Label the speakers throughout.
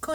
Speaker 1: こ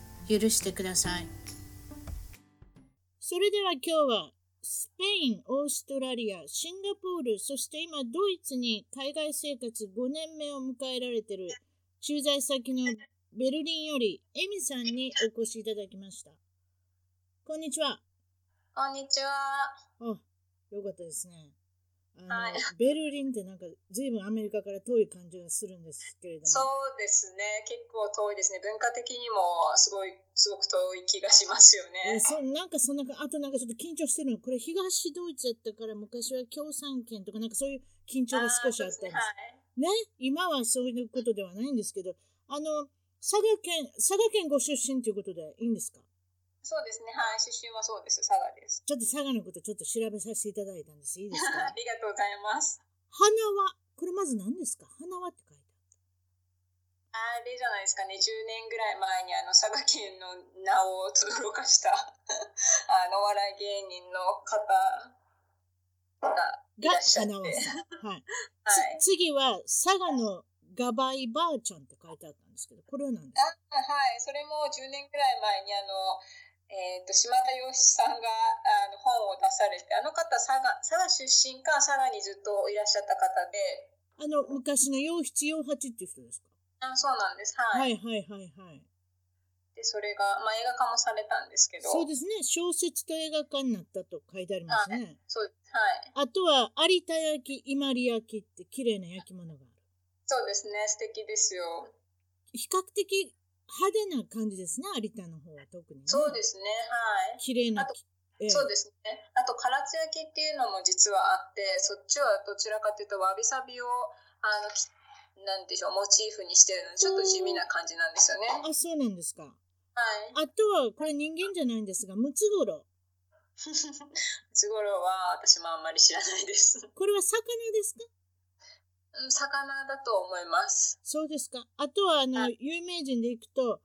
Speaker 1: 許してくださいそれでは今日はスペイン、オーストラリア、シンガポール、そして今ドイツに海外生活5年目を迎えられている駐在先のベルリンよりエミさんにお越しいただきました。こんにちは。
Speaker 2: こんにちは。
Speaker 1: あ、よかったですね。あの、
Speaker 2: はい
Speaker 1: ベルリンってなんか随分アメリカから遠い感じがするんですけれども。
Speaker 2: そうですね。結構遠いですね。文化的にもすごい、すごく遠い気がしますよ
Speaker 1: え
Speaker 2: ね。
Speaker 1: そうなんかそんなかあとなんかちょっと緊張してるのこれ東ドイツやったから昔は共産圏とかなんかそういう緊張が少しあったんです
Speaker 2: あーそうねはい
Speaker 1: ね今はそういうことではないんですけどあの佐賀県佐賀県ご出身ということでいいんですか
Speaker 2: そうですね。はい。出身はそうです。佐賀です。
Speaker 1: ちょっと佐賀のことちょっと調べさせていただいたんですいいです か
Speaker 2: ありがとうございます。
Speaker 1: 花輪これまず何ですか花輪って書いて
Speaker 2: あれじゃないですかね。10年ぐらい前にあの佐賀県の名をつどろかした あのお笑い芸人の方がい
Speaker 1: あ
Speaker 2: ら
Speaker 1: る
Speaker 2: っしゃって。
Speaker 1: が花輪さ んはい、
Speaker 2: はい。
Speaker 1: つ次は佐賀のガバイばあちゃんって書いてあったんですけどこれは何ですか
Speaker 2: あはい、それも10年ぐらい前にあの、えー、と島田洋志さんがあの本を出されてあの方佐賀佐賀出身か佐賀にずっといらっしゃった方で
Speaker 1: あの昔の陽七陽八っていう人ですか
Speaker 2: あそうなんです、は
Speaker 1: はいいはいはいはい。
Speaker 2: でそれが、まあ、映画化もされたんですけど
Speaker 1: そうですね。小説と映画化になったと書いてありますね。
Speaker 2: そうはい、
Speaker 1: あとは、有田焼、伊万里焼って綺麗な焼き物がある。
Speaker 2: そうですね素敵ですよ
Speaker 1: 比較的派手な感じですね、有田の方は特に、ね。。
Speaker 2: そうですすねはい
Speaker 1: 綺麗な
Speaker 2: あと
Speaker 1: き。ええ
Speaker 2: そうですね。あと唐津焼きっていうのも実はあって、そっちはどちらかというとわびさびをあのきなんでしょうモチーフにしてるのでちょっと地味な感じなんですよね。はい。
Speaker 1: あ、そうなんですか。あとは、これ人間じゃないんですが、ムツゴロウ。
Speaker 2: つごろは私もあんまり知らないです。うん
Speaker 1: これは魚ですか
Speaker 2: 魚だと思います。
Speaker 1: そうですか。あとは、あの、
Speaker 2: は
Speaker 1: 有名人でいくと、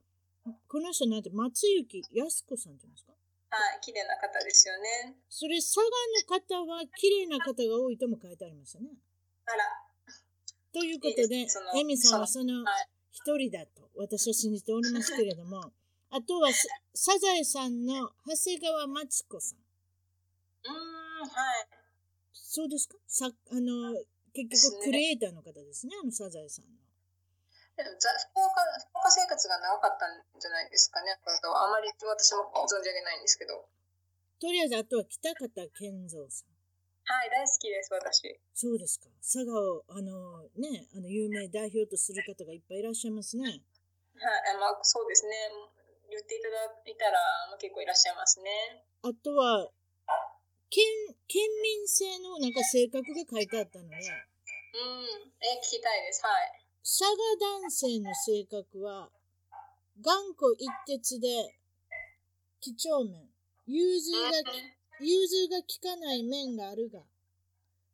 Speaker 1: この人なんて、松雪靖子さんって言うんですか
Speaker 2: はい、綺麗な方ですよね。
Speaker 1: それ、佐賀の方は綺麗な方が多いとも書いてありましたね。
Speaker 2: あら、
Speaker 1: ということ
Speaker 2: いい
Speaker 1: で
Speaker 2: ですその、
Speaker 1: エミさんはその
Speaker 2: はい
Speaker 1: 一人だと私は信じておりますけれど も、あとはササザエさんの長谷川町子さん。
Speaker 2: うーん、はい。
Speaker 1: そうですかさあの
Speaker 2: です
Speaker 1: 結
Speaker 2: ね
Speaker 1: 局クリエイターの方ですね、あのサザエさんの。
Speaker 2: でもざ福岡福岡生活が長かったんじゃないですかね。あとはあまり私も存じ上げないんですけど。
Speaker 1: とりあえず、あとは北方健三さん。
Speaker 2: はい、大好きです、私。
Speaker 1: そうですか。佐賀を、あのね、あの有名代表とする方がいっぱいいらっしゃいますね。
Speaker 2: はい、あまあ、そうですね。言っていただいたら、まあ、結構いらっしゃいますね。
Speaker 1: あとは、県県民性のなんか性格が書いてあったので、
Speaker 2: うん、え、聞きたいです。はい。
Speaker 1: 佐賀男性の性格は頑固一徹で几帳面融通
Speaker 2: うん、
Speaker 1: が融通が利かない面があるが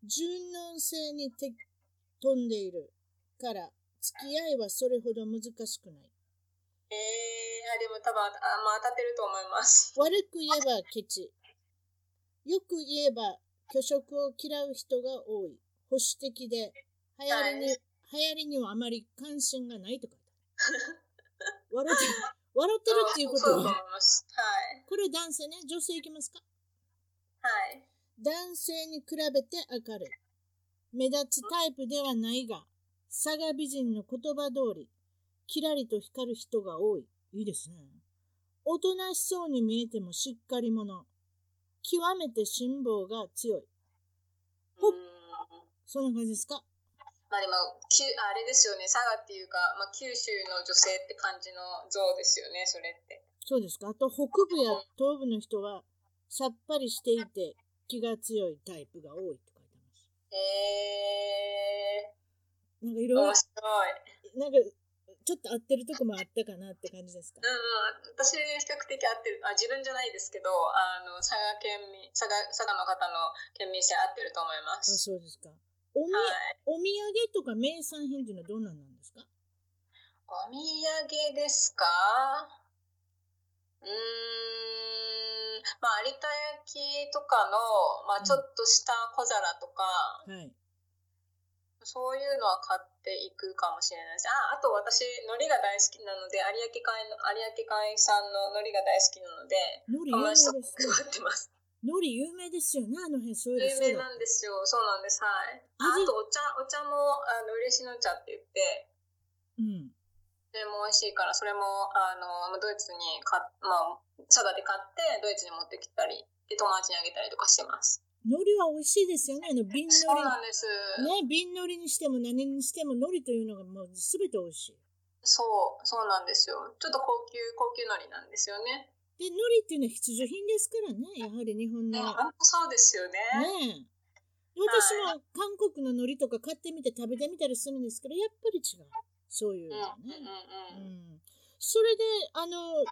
Speaker 1: 順応性にて飛んでいるから付き合いはそれほど難しくない
Speaker 2: えー、あ、でも、多分、あ、まあ、当たってると思います。
Speaker 1: 悪く言えばケチよく言えば虚職を嫌う人が多い保守的で流行りに、
Speaker 2: は
Speaker 1: 流行りにはあまり関心がないとか笑って笑ってるっていうこと
Speaker 2: そうだと
Speaker 1: は
Speaker 2: 思います。はい。
Speaker 1: これ男性ね女性いきますか
Speaker 2: はい。
Speaker 1: 男性に比べて明るい目立つタイプではないが佐賀美人の言葉通りキラリと光る人が多いいいですねおとなしそうに見えてもしっかり者極めて辛抱が強いほっ
Speaker 2: うん
Speaker 1: そんな感じですか
Speaker 2: まあでも、きゅあれですよね、佐賀っていうか、まあ、九州の女性って感じの像ですよね、それって。
Speaker 1: そうですかあと北部や東部の人はさっぱりしていて気が強いタイプが多いって書いてます
Speaker 2: え
Speaker 1: なんかいろ
Speaker 2: ー、
Speaker 1: いろ
Speaker 2: 面白い。
Speaker 1: なんかちょっと合ってるとこもあったかなって感じですか
Speaker 2: うんうん、私比較的合ってるあ自分じゃないですけどあの佐賀県民佐賀佐賀の方の県民性合ってると思いま
Speaker 1: あ
Speaker 2: す。
Speaker 1: そうですかおみ、
Speaker 2: はい、
Speaker 1: お土産とか名産品っていうのはどんなんなんですか
Speaker 2: お土産ですかうーんまあ有田焼とかの、まあ、ちょっとした小皿とか、
Speaker 1: はい
Speaker 2: そういうのは買っていくかもしれないですああと私海苔が大好きなので有明海の有明海産の海苔が大好きなので
Speaker 1: 海苔有名
Speaker 2: 友
Speaker 1: で
Speaker 2: 達
Speaker 1: す
Speaker 2: と配ってます。
Speaker 1: 海苔有名ですよねあの辺そうですそう
Speaker 2: 有名
Speaker 1: だ
Speaker 2: なんですよ。そうなんです。はい。あ
Speaker 1: 味
Speaker 2: あとお茶、お茶も、あの、嬉しの茶って言って、
Speaker 1: うん
Speaker 2: それも美味しいから、それも、あの、ドイツに買っ、まあ、佐賀で買って、ドイツに持ってきたり、で、友達にあげたりとかしてます。
Speaker 1: 海苔は美味しいですよねあの瓶海
Speaker 2: そう
Speaker 1: 苔
Speaker 2: なんです。
Speaker 1: ね瓶海苔にしても何にしても海苔というのがもう全て美味しい
Speaker 2: そう、そうなんですよ。ちょっと高級、高級のりなんですよね。
Speaker 1: で海苔っていうのは必需品ですからねやはり日本の
Speaker 2: ね、
Speaker 1: ね
Speaker 2: あそうですよね。
Speaker 1: えで私も韓国の海苔とか買ってみて食べてみたりするんですけどやっぱり違うそういう
Speaker 2: う
Speaker 1: の
Speaker 2: ん、
Speaker 1: は
Speaker 2: うん、う、
Speaker 1: ね、うん
Speaker 2: うん。
Speaker 1: んそれであの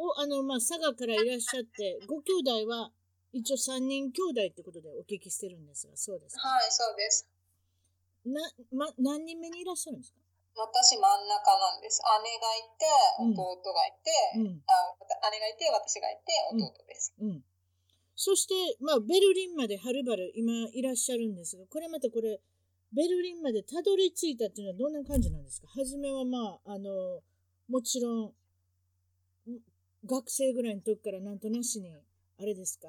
Speaker 1: おあの、まあ、佐賀からいらっしゃってご兄弟は一応3人兄弟ってことでお聞きしてるんですがそうですか
Speaker 2: はい、そうです。
Speaker 1: な、ま、何人目にいらっしゃるんですか、
Speaker 2: 私真ん中なんです。姉がいて、
Speaker 1: うん
Speaker 2: 弟がいて、
Speaker 1: うん
Speaker 2: あ、姉がいて、私がいて、
Speaker 1: うん
Speaker 2: 弟です。
Speaker 1: うん、そして、まあ、ベルリンまではるばる今いらっしゃるんですがこれまたこれベルリンまでたどり着いたっていうのはどんな感じなんですか初めはまああのもちろんん学生ぐらいの時からなんとなしにあれですか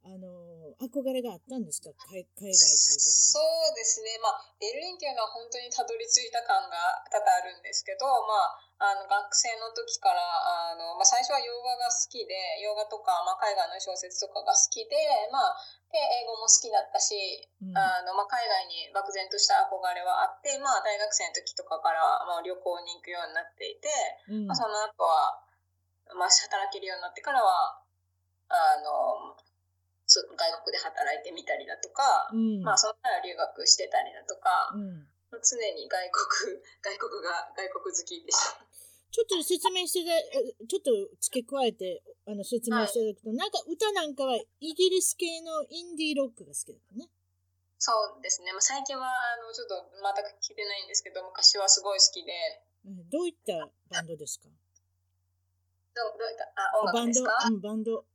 Speaker 1: あの憧れがあったんですか海海外ということ
Speaker 2: そうですね、まあ、ベルリンっていうのは本当にたどり着いた感が多々あるんですけど、まあ、あの学生の時からあの、まあ、最初は洋画が好きで洋画とか、まあ、海外の小説とかが好きで,、まあ、で英語も好きだったし、
Speaker 1: に、うん
Speaker 2: あのまあ、海外に漠然とした憧れはあって、まあ、大学生の時とかから、まあ、旅行に行くようになっていて、
Speaker 1: うん
Speaker 2: まあ、その後は、まあ、働けるようになってからはあのそ外国で働いてみたりだとか。
Speaker 1: うん
Speaker 2: まあ、その前は留学してたりだとか、
Speaker 1: うん
Speaker 2: 常に外国、 外国が、外国好きでした。
Speaker 1: ちょっと説明していただえちょっと付け加えてあの説明していただくと、なんか歌なんかはイギリス系のインディーロックが好きだったね。
Speaker 2: そうですね。まあ、最近は、あの、ちょっと全く聞いてないんですけど、昔はすごい好きで、
Speaker 1: うんどういったバンドですか
Speaker 2: どどういった、あ、音
Speaker 1: バ
Speaker 2: 楽
Speaker 1: ン
Speaker 2: で
Speaker 1: ド
Speaker 2: すか、
Speaker 1: うん、バンド。
Speaker 2: うん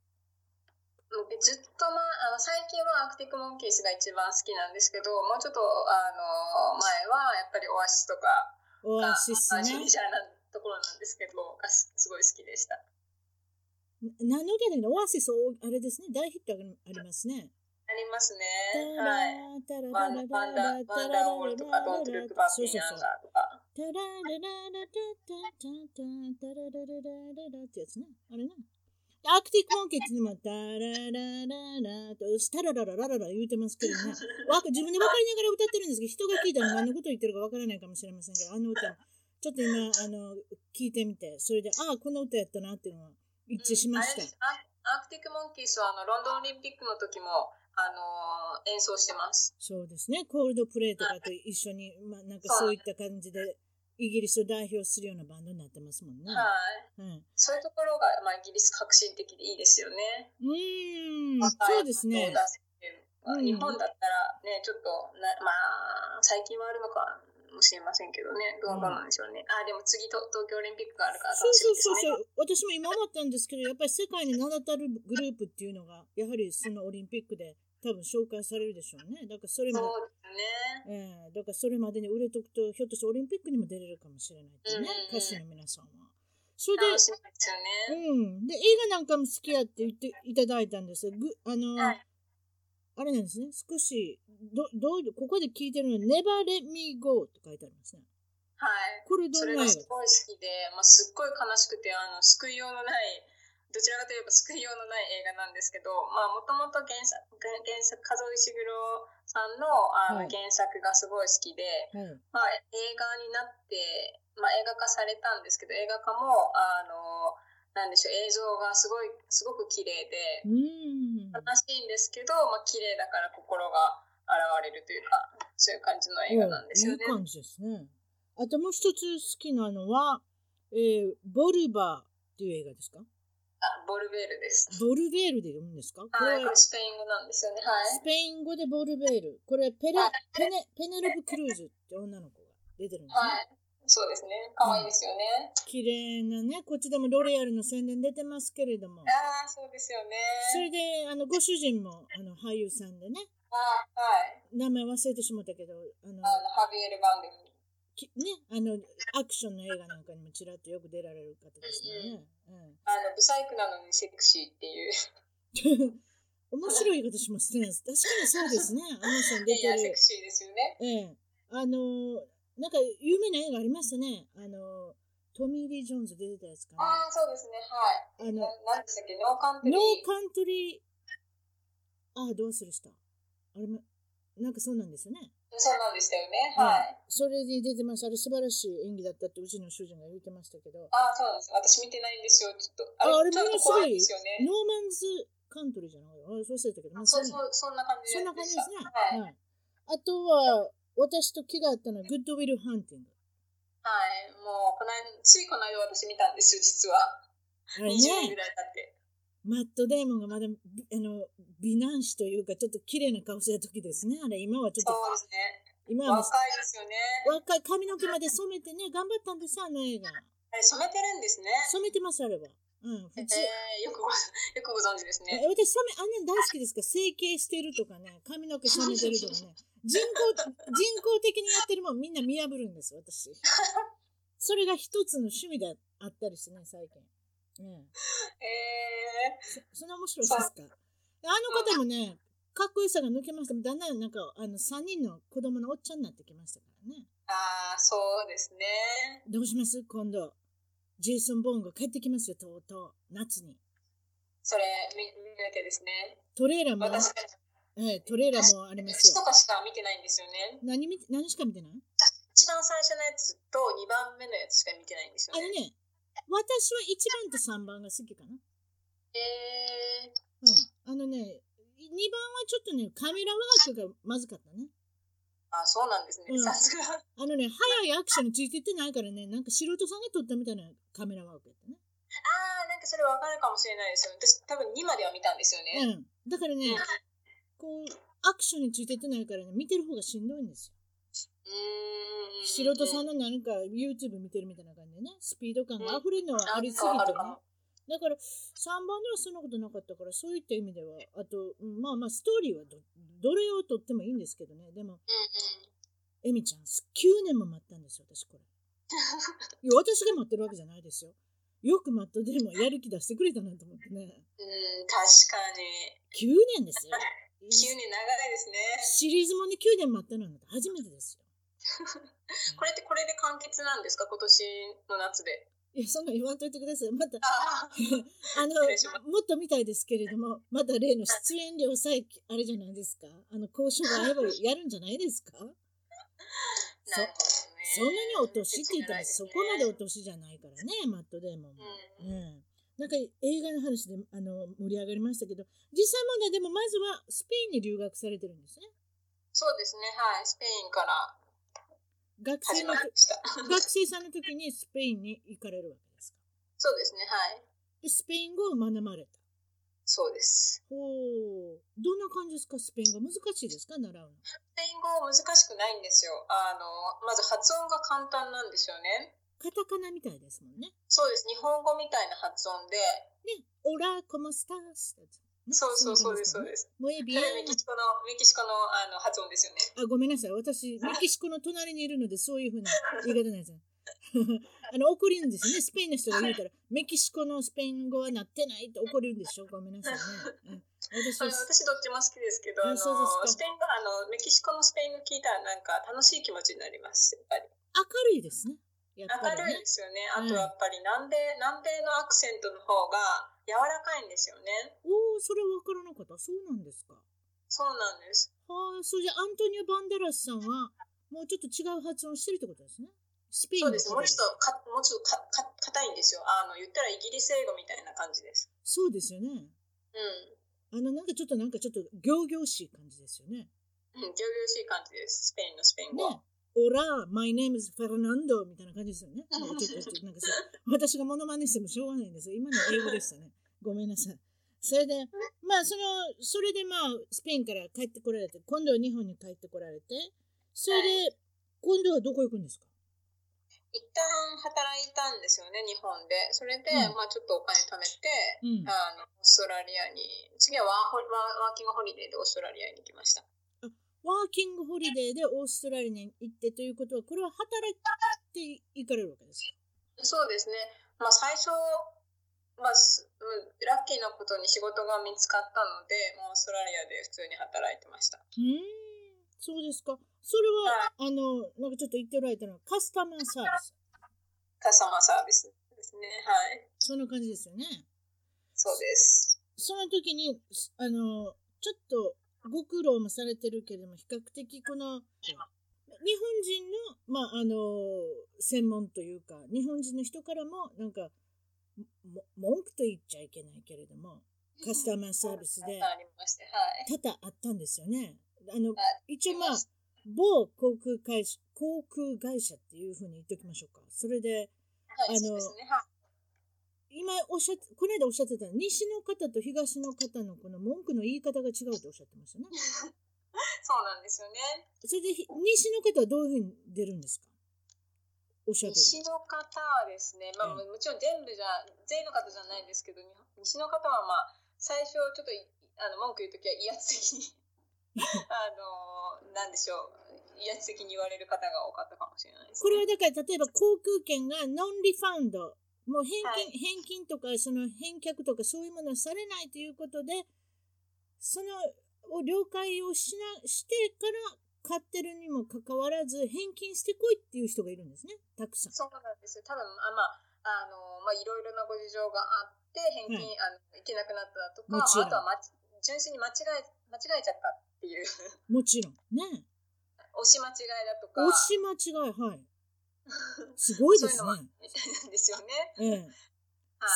Speaker 2: でずっと、まあ、あの、最近はアクティックモンキースが一番好きなんですけど、もうちょっと、あの、前はやっぱりオアシスとか、
Speaker 1: オアシス
Speaker 2: まあ
Speaker 1: ね
Speaker 2: メ。ジャーなところなんですけど、がすすごい好きでした。
Speaker 1: な何の歌だけど、オアシス、おあれですね、大ヒットありますね。
Speaker 2: ありますね。
Speaker 1: タラ
Speaker 2: はい。
Speaker 1: タラタ
Speaker 2: ワ
Speaker 1: ラ
Speaker 2: ン
Speaker 1: タ
Speaker 2: ワンダ
Speaker 1: ラ
Speaker 2: ー、ワ
Speaker 1: タ
Speaker 2: ン
Speaker 1: ラ
Speaker 2: ダーウォールとか、ドントルックバック
Speaker 1: そ
Speaker 2: イ
Speaker 1: う
Speaker 2: ン
Speaker 1: そうそ
Speaker 2: アン
Speaker 1: う。
Speaker 2: ガーとか。
Speaker 1: タララララタタタタタララララララってやつね。あれね。アークティックモンキーっていうのもタララララと、タララララララ言うてますけどね。わか自分で分かりながら歌ってるんですけど、人が聞いたら何のこと言ってるか分からないかもしれませんけど、あの歌、ちょっと今、あの、聞いてみて、それで、ああ、この歌やったなっていうのは一致しました。
Speaker 2: うんあれですあアクティックモンキースはあのロンドンオリンピックの時も、あのー演奏してます。
Speaker 1: そうですね、コールドプレイとかと一緒に、まあ、なんかそういった感じで、イギリスを代表するようなバンドになってますもんね。
Speaker 2: はい。
Speaker 1: はい
Speaker 2: そういうところが、まあ、イギリス革新的でいいですよね。
Speaker 1: うーん、そ
Speaker 2: 若い
Speaker 1: うですね
Speaker 2: バンドを。出すっていうの
Speaker 1: うん
Speaker 2: が日本だったらね、ちょっとな、まあ、最近はあるのかもしれませんけどね、どうどうなんでしょうね。あ、でも次と、東京オリンピックがあるから楽
Speaker 1: そう
Speaker 2: し
Speaker 1: そう
Speaker 2: みです
Speaker 1: そうそう、私も
Speaker 2: ね。
Speaker 1: 今思ったんですけど、やっぱり世界に名だたるグループっていうのが、やはりそのオリンピックで多分紹介されるでしょうね。だからそれ
Speaker 2: そ
Speaker 1: も、
Speaker 2: うですね。
Speaker 1: ええだからそれまでに売れとくと、ひょっとしてオリンピックにも出れるかもしれないっていうね、
Speaker 2: うんうんうん
Speaker 1: 歌手の皆さんは。それで、
Speaker 2: 楽しみですよ
Speaker 1: う
Speaker 2: ね。
Speaker 1: ん、で映画なんかも好きやって言っていただいたんですがぐあの、
Speaker 2: はい
Speaker 1: あれなんですね少しどどういうここで聞いてるのは「Never Let Me Go」って書いてありますね
Speaker 2: はい。
Speaker 1: これど
Speaker 2: そ
Speaker 1: ん
Speaker 2: れ
Speaker 1: な映
Speaker 2: がすごい好きで、まあ、すっごい悲しくてあの救いようのないどちらかといえば救いようのない映画なんですけどもともと原作原原作和夫石黒さんの
Speaker 1: は
Speaker 2: あの
Speaker 1: い
Speaker 2: 原作がすごい好きで、
Speaker 1: 画、はい、
Speaker 2: まあ、映画になって、まあ、映画化されたんですけど映画化もあのなんでしょう映像がすごいすごく綺麗
Speaker 1: う
Speaker 2: で
Speaker 1: ん
Speaker 2: 悲しいんですけど、まあ綺麗だから心が現れるというかそういう感じの映画なんですよね。
Speaker 1: いい感じですねあともう一つ好きなのは、えーボルバーっていう映画ですか
Speaker 2: あ、ボルベールです。
Speaker 1: ボルベールで読むんですかこ
Speaker 2: はい、
Speaker 1: れ
Speaker 2: これスペイン語なんですよね。は
Speaker 1: ス
Speaker 2: い。
Speaker 1: ペイン語でボルベール。これペレ
Speaker 2: あ
Speaker 1: ペネペネロプ・クルーズって女の子が出てるんですね。
Speaker 2: はい。そうですね。可愛いですよね。
Speaker 1: 綺麗なね、こっちでもロレアルの宣伝出てますけれども。
Speaker 2: ああ、そうですよ
Speaker 1: それ
Speaker 2: ね。
Speaker 1: で、あの、ご主人もあの俳優さんでね、
Speaker 2: あはい。
Speaker 1: 名前忘れてしまったけど、あの
Speaker 2: あ、の、ハビエル・バンデル。
Speaker 1: きね、あの、アクションの映画なんかにもちらっとよく出られる方ですよね。うん
Speaker 2: あの、ブサイクなのにセクシーっていう。
Speaker 1: 面白い言い方しますね。確かにそうですね。アナさん
Speaker 2: い
Speaker 1: 出て
Speaker 2: や、セ
Speaker 1: る
Speaker 2: ク。シーですよね。
Speaker 1: ええ。あの、なんか有名な映画ありましたね。あの、トミー・リー・ジョーンズ出てたやつかな。
Speaker 2: ああ、そうですね。はい。
Speaker 1: あの、
Speaker 2: な
Speaker 1: ノ
Speaker 2: なんでしたっけノーカント
Speaker 1: ー
Speaker 2: リー。
Speaker 1: カントリー、あ、どうするしたあれも、なんかそうなんですよね。
Speaker 2: そうなんでしたよね。はい。
Speaker 1: それに出てました。あれ素晴らしい演技だったってうちの主人が言ってましたけど、
Speaker 2: ああ、そうなんです。私見てないんですよ。ちょっと。
Speaker 1: ああ
Speaker 2: あ
Speaker 1: れ
Speaker 2: れ、ちょっと怖いですよね。
Speaker 1: ノーマンズカントリーじゃないあれ忘れたけど、まあ
Speaker 2: そう
Speaker 1: そんな
Speaker 2: そう、そんな感じ
Speaker 1: そんな感じですね。
Speaker 2: はい。
Speaker 1: はいあとは、私と気が合ったのは、グッドウィル・ハンティング。
Speaker 2: はい。もう、この間、ついこの間私見たんですよ、実は。
Speaker 1: あれ
Speaker 2: 20年ぐ
Speaker 1: ね、
Speaker 2: らい経って。
Speaker 1: マット・デーモンがまだびあの美男子というか、ちょっと綺麗な顔してた時ですね。あれ、今はちょっ
Speaker 2: そ
Speaker 1: と、
Speaker 2: うですね。
Speaker 1: 今は
Speaker 2: 若
Speaker 1: もう
Speaker 2: いですよね。
Speaker 1: 若い髪の毛まで染めてね、頑張ったんです、あの映画。
Speaker 2: あれ染めてるんですね。
Speaker 1: 染めてます、あれは。うん、普
Speaker 2: え
Speaker 1: 通。
Speaker 2: ー、よくご、 よくご存知です
Speaker 1: え
Speaker 2: ね。
Speaker 1: 私、染め、あんなん大好きですから、整形してるとかね、髪の毛染めてるとかね、人 工、人工的にやってるもんみんな見破るんです、私。それが一つの趣味であったりしてね、最近。うん。
Speaker 2: えー、
Speaker 1: そんな面白いですかあの方もね、かっこよさが抜けました。だんだんなんか、あの、3人の子供のおっちゃんになってきましたからね。
Speaker 2: ああ、そうですね。
Speaker 1: どうします今度、ジェイソン・ボーンが帰ってきますよ、とうとう、夏に。
Speaker 2: それ、見、見なきゃですね。
Speaker 1: トレーラーも、
Speaker 2: 私、
Speaker 1: ええトレーラーもあります
Speaker 2: 私と
Speaker 1: よ。
Speaker 2: かしか見てないんですよね。
Speaker 1: 何見て何しか見てない
Speaker 2: 一番最初のやつと二番目のやつしか見てないんです
Speaker 1: あ
Speaker 2: よ
Speaker 1: の
Speaker 2: ね。
Speaker 1: ね、私は1番と3番が好きかな。
Speaker 2: えー、
Speaker 1: うん。あのね、2番はちょっとね、カメラワークがまずかったね。
Speaker 2: あ、そうなんですね
Speaker 1: うん。
Speaker 2: さすが。 あ
Speaker 1: あのね、早いアクションについていってないからね、なんか素人さんが撮ったみたいなカメラワークやったね。
Speaker 2: あ、なんかそれわかるかもしれないですよ。私、多分二までは見たんですよね。
Speaker 1: うん。だからね、こう、アクションについていってないからね、見てる方がしんどいんですよ。
Speaker 2: うーん。
Speaker 1: 素人さんの何か YouTube 見てるみたいな感じでね、スピード感が溢れるのはありすぎ
Speaker 2: なんかあ
Speaker 1: てね
Speaker 2: るか。も
Speaker 1: だから、3番ではそんなことなかったから、そういった意味では、あと、うんまあまあ、ストーリーはどどれをとってもいいんですけどね、でも、
Speaker 2: うんうん。
Speaker 1: エミちゃん、9年も待ったんですよ、私 これ。いや、私が待ってるわけじゃないですよ。よく待ったでもやる気出してくれたなと思ってね。
Speaker 2: うん、確か
Speaker 1: 9
Speaker 2: に。
Speaker 1: 年 ですよ。
Speaker 2: 急に長いですね。
Speaker 1: シリーズもね、9年待ったのなんて初めてですよ。
Speaker 2: これってこれで完結なんですか今年の夏で。
Speaker 1: いや、そんなん言わんといてください。また、
Speaker 2: ああ、
Speaker 1: あの、
Speaker 2: 失礼します
Speaker 1: もっと見たいですけれども、また例の出演料さえ、あれじゃないですか。あの、交渉があればやるんじゃないですか そ
Speaker 2: なるほどね。
Speaker 1: そんなにお年って言ったら、
Speaker 2: 切
Speaker 1: そ
Speaker 2: ない
Speaker 1: こまでお
Speaker 2: ですね
Speaker 1: 年じゃないからね、マットデーモンも。
Speaker 2: うんうん。
Speaker 1: うん。なんか映画の話であの盛り上がりましたけど、実際問題でもまずはスペインに留学されてるんですね。
Speaker 2: そうですね、はい。スペインから
Speaker 1: 学生
Speaker 2: 始
Speaker 1: の
Speaker 2: まりました。
Speaker 1: 学生さんの時にスペインに行かれるわけですか。
Speaker 2: そうですね、はい。
Speaker 1: で、スペイン語を学ばれた。
Speaker 2: そうです。
Speaker 1: ほう。どんな感じですかスペイン語難しいですか習うの。
Speaker 2: スペイン語難しくないんですよ。あの、まず発音が簡単なんですよね。
Speaker 1: カタカナみたいですもんね。
Speaker 2: そうです。日本語みたいな発音で。
Speaker 1: ね、オラコモスタースってやつね
Speaker 2: そうそうそうです、そう
Speaker 1: す。
Speaker 2: です。
Speaker 1: もえ
Speaker 2: そ
Speaker 1: び
Speaker 2: れ
Speaker 1: あ
Speaker 2: メキシコの、メキシコのあの発音ですよね。
Speaker 1: ごめんなさい、私、メキシコの隣にいるので、そういうふうな言い方なんですよ。 あの怒るんですよね、スペインの人が言うから、メキシコのスペイン語はなってないって怒るんでしょ、ごめんなさいね。うん私
Speaker 2: あ
Speaker 1: は
Speaker 2: の私どっちも好きですけど、
Speaker 1: あ
Speaker 2: あの
Speaker 1: そうですか
Speaker 2: スペイン語あのメキシコのスペイン語聞いたらなんか楽しい気持ちになります。やっぱり
Speaker 1: 明るいですね、やっぱ
Speaker 2: 明
Speaker 1: りね
Speaker 2: るいで。すよね。
Speaker 1: うん
Speaker 2: あとやっぱり南米、南米のアクセントの方が柔らかいんですよね。
Speaker 1: おお、それ分からなかった、そうなんですか。
Speaker 2: そうなんです。
Speaker 1: はあ、それじゃアントニオ・バンデラスさんは、もうちょっと違う発音してるってことですね。スペイン
Speaker 2: そう
Speaker 1: の
Speaker 2: です。
Speaker 1: 方
Speaker 2: も
Speaker 1: で
Speaker 2: う
Speaker 1: す
Speaker 2: ちょっとかもうちょっとかか硬いんですよ。あの言ったらイギリス英語みたいな感じです。
Speaker 1: そうですよね。
Speaker 2: う
Speaker 1: あの、なんかちょっと、なんかちょっと、行々しい感じですよね。
Speaker 2: ん。うん、仰々しい感じです。スペインのスペイン
Speaker 1: ね
Speaker 2: 語は。。
Speaker 1: オラ、my name is Fernando みたいな感じですよね。 なんかちょっとちょっとなんかさ私がモノマネしてもしょうがないんですよ。今の英語でした ね。ごめんなさい。それで、まあ、その、それでまあ、スペインから帰ってこられて、今度は日本に帰ってこられて、それで、今度はどこ行くんですか
Speaker 2: 一旦働いたんですよね日本でそれで、
Speaker 1: うん
Speaker 2: まあちょっとお金貯めて、
Speaker 1: うん。あ、
Speaker 2: あのオーストラリアに次はワーホリワーワーキングホリデーでオーストラリアに行きました
Speaker 1: ワーキングホリデーでオーストラリアに行ってということは、これは働いて行かれるわけです
Speaker 2: そうですねまあ最初まあ、すうんラッキーなことに仕事が見つかったのでもうオーストラリアで普通に働いてました
Speaker 1: かうーん、そうですか。それは、あの、なんかちょっと言っておられたのは、カスタマーサービス。
Speaker 2: カスタマーサービスですねはい
Speaker 1: そんな感じですよね。
Speaker 2: そうです
Speaker 1: その時に、すあの、ちょっとご苦労もされてるけれども、比較的この、日本人の、まあ、あの、専門というか、日本人の人からも、なんか、も文句と言っちゃいけないけれども、カスタマーサービスで
Speaker 2: ありましてはい
Speaker 1: 多々あったんですよね。あの、一応ま
Speaker 2: あり
Speaker 1: あ
Speaker 2: まし、
Speaker 1: 某航空会社、航空会社っていうふうに言っておきましょうか。それで、
Speaker 2: はい
Speaker 1: あの
Speaker 2: そうですねはい
Speaker 1: 今おっしゃっこの間おっしゃってた西の方と東の方のこの文句の言い方が違うとおっしゃってましたね。
Speaker 2: そうなんですよね
Speaker 1: それでひ西の方はどういうふうに出るんですかおしゃべり。
Speaker 2: 西の方はですね、ま
Speaker 1: う
Speaker 2: あ、ももちろん全部じゃ全員の方じゃないんですけどに西の方はまあ最初ちょっといあの文句言う時は威圧的 にあのなんでしょう威圧的に言われる方が多かったかもしれないです、
Speaker 1: これはだ
Speaker 2: ね、
Speaker 1: から例えば航空券がノンリファウンド、もう返金,、
Speaker 2: はい
Speaker 1: 返金とかその返却とかそういうものをされないということで、そのを了解をしなしてから買ってるにもかかわらず返金してこいっていう人がいるんですね、たくさん。
Speaker 2: そうなんですよ多分あまああのまあいろいろなご事情があって返金、
Speaker 1: は
Speaker 2: あのいけなくなったとか
Speaker 1: もちろん
Speaker 2: あとは、まち、純粋に間違え間違えちゃったっていう
Speaker 1: もちろん。ね。
Speaker 2: 押し間違いだとか
Speaker 1: 押し間違い、はい。すごいです
Speaker 2: そういうの
Speaker 1: ね
Speaker 2: は。みたいなんですよね。
Speaker 1: ええ、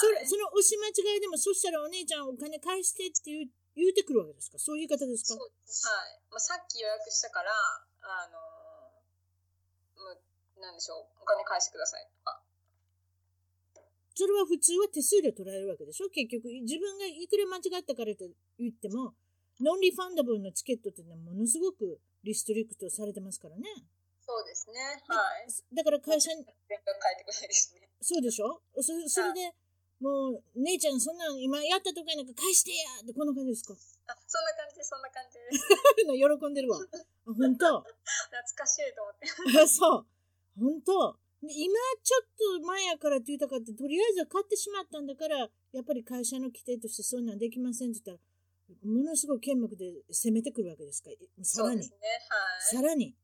Speaker 1: そ
Speaker 2: はい
Speaker 1: れその押し間違いでもそしたらお姉ちゃんお金返してって言う言うてくるわけですかそういう言い方です
Speaker 2: そ
Speaker 1: か
Speaker 2: うはいまあ、さっき予約したから、あのー、もうなんでしょう、お金返してくださいとか、
Speaker 1: それは普通は手数料取られるわけでしょ結局自分がいくら間違ったからと言ってもノンリファンダブルのチケットっていうのはものすごくリストリクトされてますからね
Speaker 2: そうですね、はい、
Speaker 1: だから会社に
Speaker 2: 全額返ってこないですね。
Speaker 1: そうでしょそそれでもう姉ちゃんそんなん今やったとかなんか返してやってこんな感じですか
Speaker 2: あそんな感じ、そんな感じです。
Speaker 1: 喜んでるわあ本当
Speaker 2: 懐かしいと思って、
Speaker 1: あ そう。本当。で今ちょっと前やからって言ったかって、とりあえずは買ってしまったんだから、やっぱり会社の規定としてそんなんできませんって言ったら、ものすごい剣幕で攻めてくるわけですから、さ
Speaker 2: そう
Speaker 1: ら
Speaker 2: で
Speaker 1: に
Speaker 2: す。ね、はい。
Speaker 1: さらに。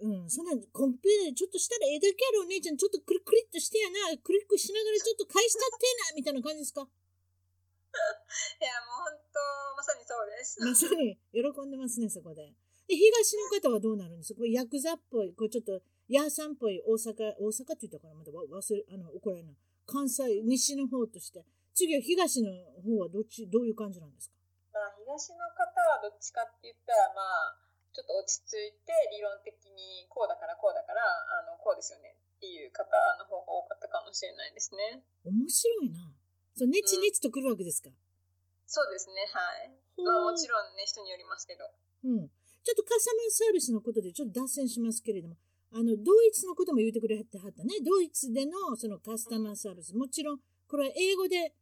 Speaker 2: うん
Speaker 1: うん、そんなんコンピューターでちょっとしたらええだけやろ、お姉ちゃん。ちょっとクリックリっとしてやな。クリックしながらちょっと返したってえな、みたいな感じですか。
Speaker 2: いや、もう本当、まさにそうです。
Speaker 1: まさに喜んでますね、そこで。で、東の方はどうなるんですかこれヤクザっぽい、これちょっと、ヤーさんっぽい大阪、大阪って言ったからまだわ忘れ、あの、怒られない。関西、西の方として。次は東の方はどっち、どういう感じなんですか
Speaker 2: まあ、東の方はどっちかって言ったら、まあ、ちょっと落ち着いて、理論的にこうだからこうだから、あのこうですよねっていう方の方が多かったかもしれないですね。
Speaker 1: 面白いな。そう、ネチネチと来るわけですか。
Speaker 2: そうですね、はい。
Speaker 1: ほう
Speaker 2: まあ、もちろんね、人によりますけど。
Speaker 1: うん。ちょっとカスタマーサービスのことでちょっと脱線しますけれども、あの、ドイツのことも言ってくれてはったね。ドイツでのそのカスタマーサービス。もちろん、これは英語で、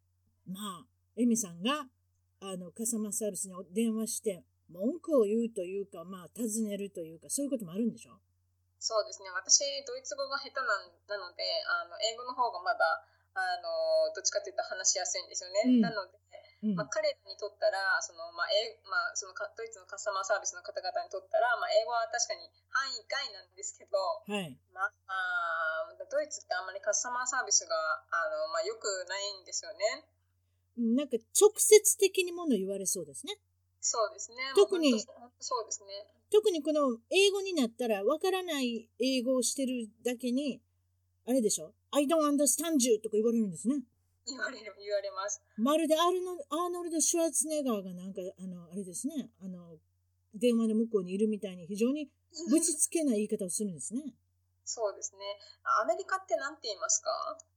Speaker 1: まあ、エミさんが、あの、カスタマーサービスにお電話して、文句を言うというか、まあ、尋ねるというか、そういうこともあるんでしょ
Speaker 2: そうですね、私、ドイツ語が下手なんなので、あの英語の方がまだ、あのどっちかというと話しやすいんですよね。
Speaker 1: うん
Speaker 2: なので、
Speaker 1: うん。
Speaker 2: まあ、彼らにとったら、そのまあ英まあ、そのかドイツのカスタマーサービスの方々にとったら、まあ、英語は確かに範囲外なんですけど、
Speaker 1: はい。
Speaker 2: まあ、あードイツってあんまりカスタマーサービスがあの、まあ、よくないんですよね。
Speaker 1: なんか、直接的にもの言われそうですね。
Speaker 2: そうですね。
Speaker 1: 特に
Speaker 2: もう本当そう本当そうですね。
Speaker 1: 特にこの英語になったらわからない英語をしてるだけにあれでしょ ?I don't understand you とか言われるんですね。
Speaker 2: 言われる言われます。
Speaker 1: まるでアルノアーノルド・シュワルツェネッガーがなんかあのあれですねあの電話の向こうにいるみたいに非常にぶちつけない言い方をするんですね。
Speaker 2: そうですね。あアメリカってなんて言いますか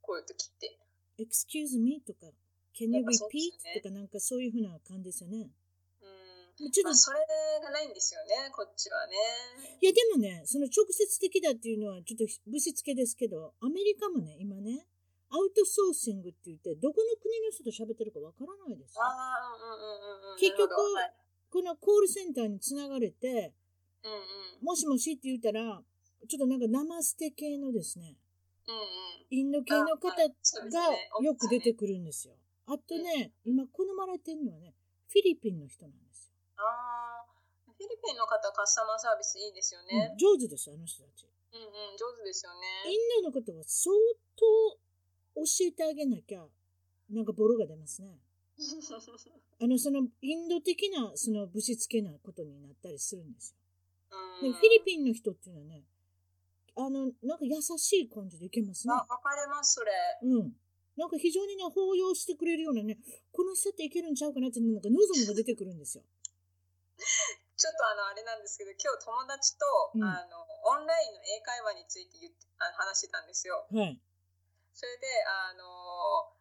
Speaker 2: こういう時って。
Speaker 1: excuse me とか can you
Speaker 2: やっぱそうで
Speaker 1: repeat
Speaker 2: すね
Speaker 1: とかなんかそういうふうな感じですよね。
Speaker 2: うん。
Speaker 1: ちょ
Speaker 2: ま
Speaker 1: っ
Speaker 2: あ、
Speaker 1: と
Speaker 2: それがないんですよね、こっちはね。
Speaker 1: いやでもね、その直接的だっていうのはちょっとぶしつけですけど、アメリカもね、今ね、アウトソーシングって言って、どこの国の人と喋ってるかわからないですよ。
Speaker 2: ああ、うんうんうんうん。
Speaker 1: 結局
Speaker 2: なるほどはい
Speaker 1: このコールセンターにつながれて、
Speaker 2: うんうん。
Speaker 1: もしもしって言ったら、ちょっとなんかナマステ系のですね、
Speaker 2: うんうん。
Speaker 1: インド系の方
Speaker 2: あはいそうですね
Speaker 1: がよく出てくるんですよ。あとね、今好まれてるのはね、フィリピンの人なんです
Speaker 2: ああ、フィリピンの方、カスタマーサービスいいですよ
Speaker 1: よ。う
Speaker 2: ね
Speaker 1: ん。上手です、あの人たち。
Speaker 2: うんうん、上手ですよ
Speaker 1: イ
Speaker 2: ね。
Speaker 1: ンドのことは相当教えてあげなきゃ、なんかボロが出ますね。あの、その、インド的な、その、ぶしつけなことになったりするんですよ。でも、フィリ
Speaker 2: ン
Speaker 1: ピンの人っていうのはね、あの、なんか優しい感じでいけますね
Speaker 2: あ、。わかります、それ。
Speaker 1: うん。なんか非常にね、抱擁してくれるようなね、この人っていけるんちゃうかなって、なんか望みが出てくるんですよ。
Speaker 2: ちょっとあの、あれなんですけど、今日友達と、
Speaker 1: うん
Speaker 2: あの、オンラインの英会話について言ってあの話してたんですよ。
Speaker 1: はい。
Speaker 2: それで、あの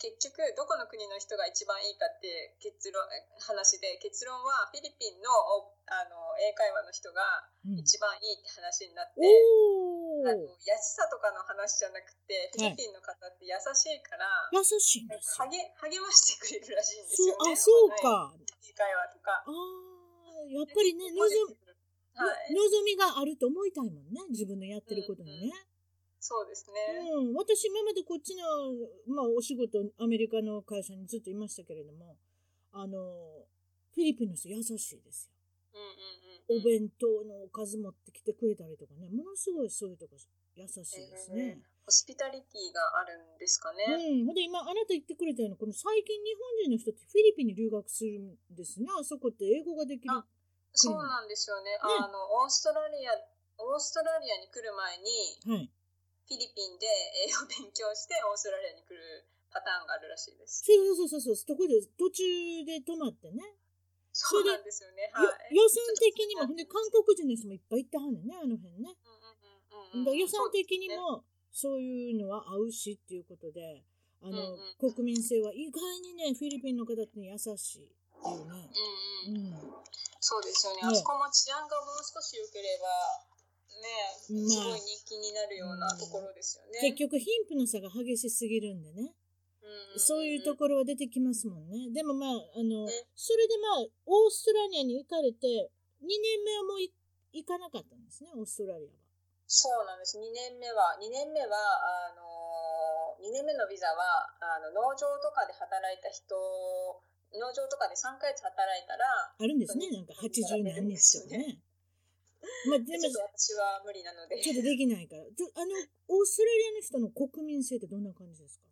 Speaker 2: 結局どこの国の人が一番いいかって結論話で結論はフィリピンのおあの英会話の人が
Speaker 1: うん、
Speaker 2: 一番いいって話になって、
Speaker 1: お
Speaker 2: あ
Speaker 1: ー
Speaker 2: の安さとかの話じゃなくてフィリピンの方って優しいから、
Speaker 1: 優しいんですよ
Speaker 2: 励。励ましてくれるらしいんです
Speaker 1: そうあ、そう
Speaker 2: よ、ね。オンライン
Speaker 1: か。
Speaker 2: 英会話とか。
Speaker 1: あー、やっぱりね、望み、
Speaker 2: は
Speaker 1: の望みが
Speaker 2: い、
Speaker 1: あると思いたいもんね自分のやってることにね、
Speaker 2: そうです
Speaker 1: う
Speaker 2: ね。
Speaker 1: ん私今までこっちの、まあ、お仕事アメリカの会社にずっといましたけれどもあのフィリピンの人優しいです
Speaker 2: うん
Speaker 1: よお
Speaker 2: うんうんうん。
Speaker 1: 弁当のおかず持ってきてくれたりとかねものすごいそういうとこ優しいですね、
Speaker 2: ホスピタリティがあるんですかね。
Speaker 1: うん、ほんで今あなた言ってくれたようなこの最近日本人の人ってフィリピンに留学するんですねあそこって英語ができる
Speaker 2: あそうなんですよね。あのオーストラリアオーストラリアに来る前
Speaker 1: は
Speaker 2: に
Speaker 1: い
Speaker 2: フィリピンで英語を勉強してオーストラリアに来るパターンがあるらしいです。
Speaker 1: そうそうそうそうそこで途中で泊まってね
Speaker 2: そうなんですよね。は
Speaker 1: よ
Speaker 2: い。
Speaker 1: 予算的にも、ほんで韓
Speaker 2: う
Speaker 1: 国人の人もいっぱい行ってはんねんね、あの辺ね。
Speaker 2: んうんうんうんうん。
Speaker 1: だから予算的に
Speaker 2: そう
Speaker 1: も、そういうのは合うしっていうことで、あの、
Speaker 2: うんう
Speaker 1: 国民性は意外にね、フィリピンの方って優しいっていうね。
Speaker 2: ですね。うんうん
Speaker 1: う。ん、
Speaker 2: そうですよね。
Speaker 1: ね
Speaker 2: あそこも治安がもう少し良ければ、ね、すごい人気になるようなところですよね。
Speaker 1: 結局、貧富の差が激しすぎるんでね、
Speaker 2: うん
Speaker 1: そういうところは出てきますもんね。でもまあ、あの、
Speaker 2: ね
Speaker 1: それでまあ、オーストラリアに行かれて、2年目はもうい行かなかったんですね、オーストラリアは。
Speaker 2: そうなんです。2年目は、2年目は、あのー、2年目のビザは、あの農場とかで働いた人、農場とかで3ヶ月働いたら、
Speaker 1: あるんですね、なんか80何日とかね。まあ、で
Speaker 2: ち
Speaker 1: も
Speaker 2: ょっ、と私は無理なので、
Speaker 1: ちょっとできないから。ちょあの、オーストラリアの人の国民性ってどんな感じですか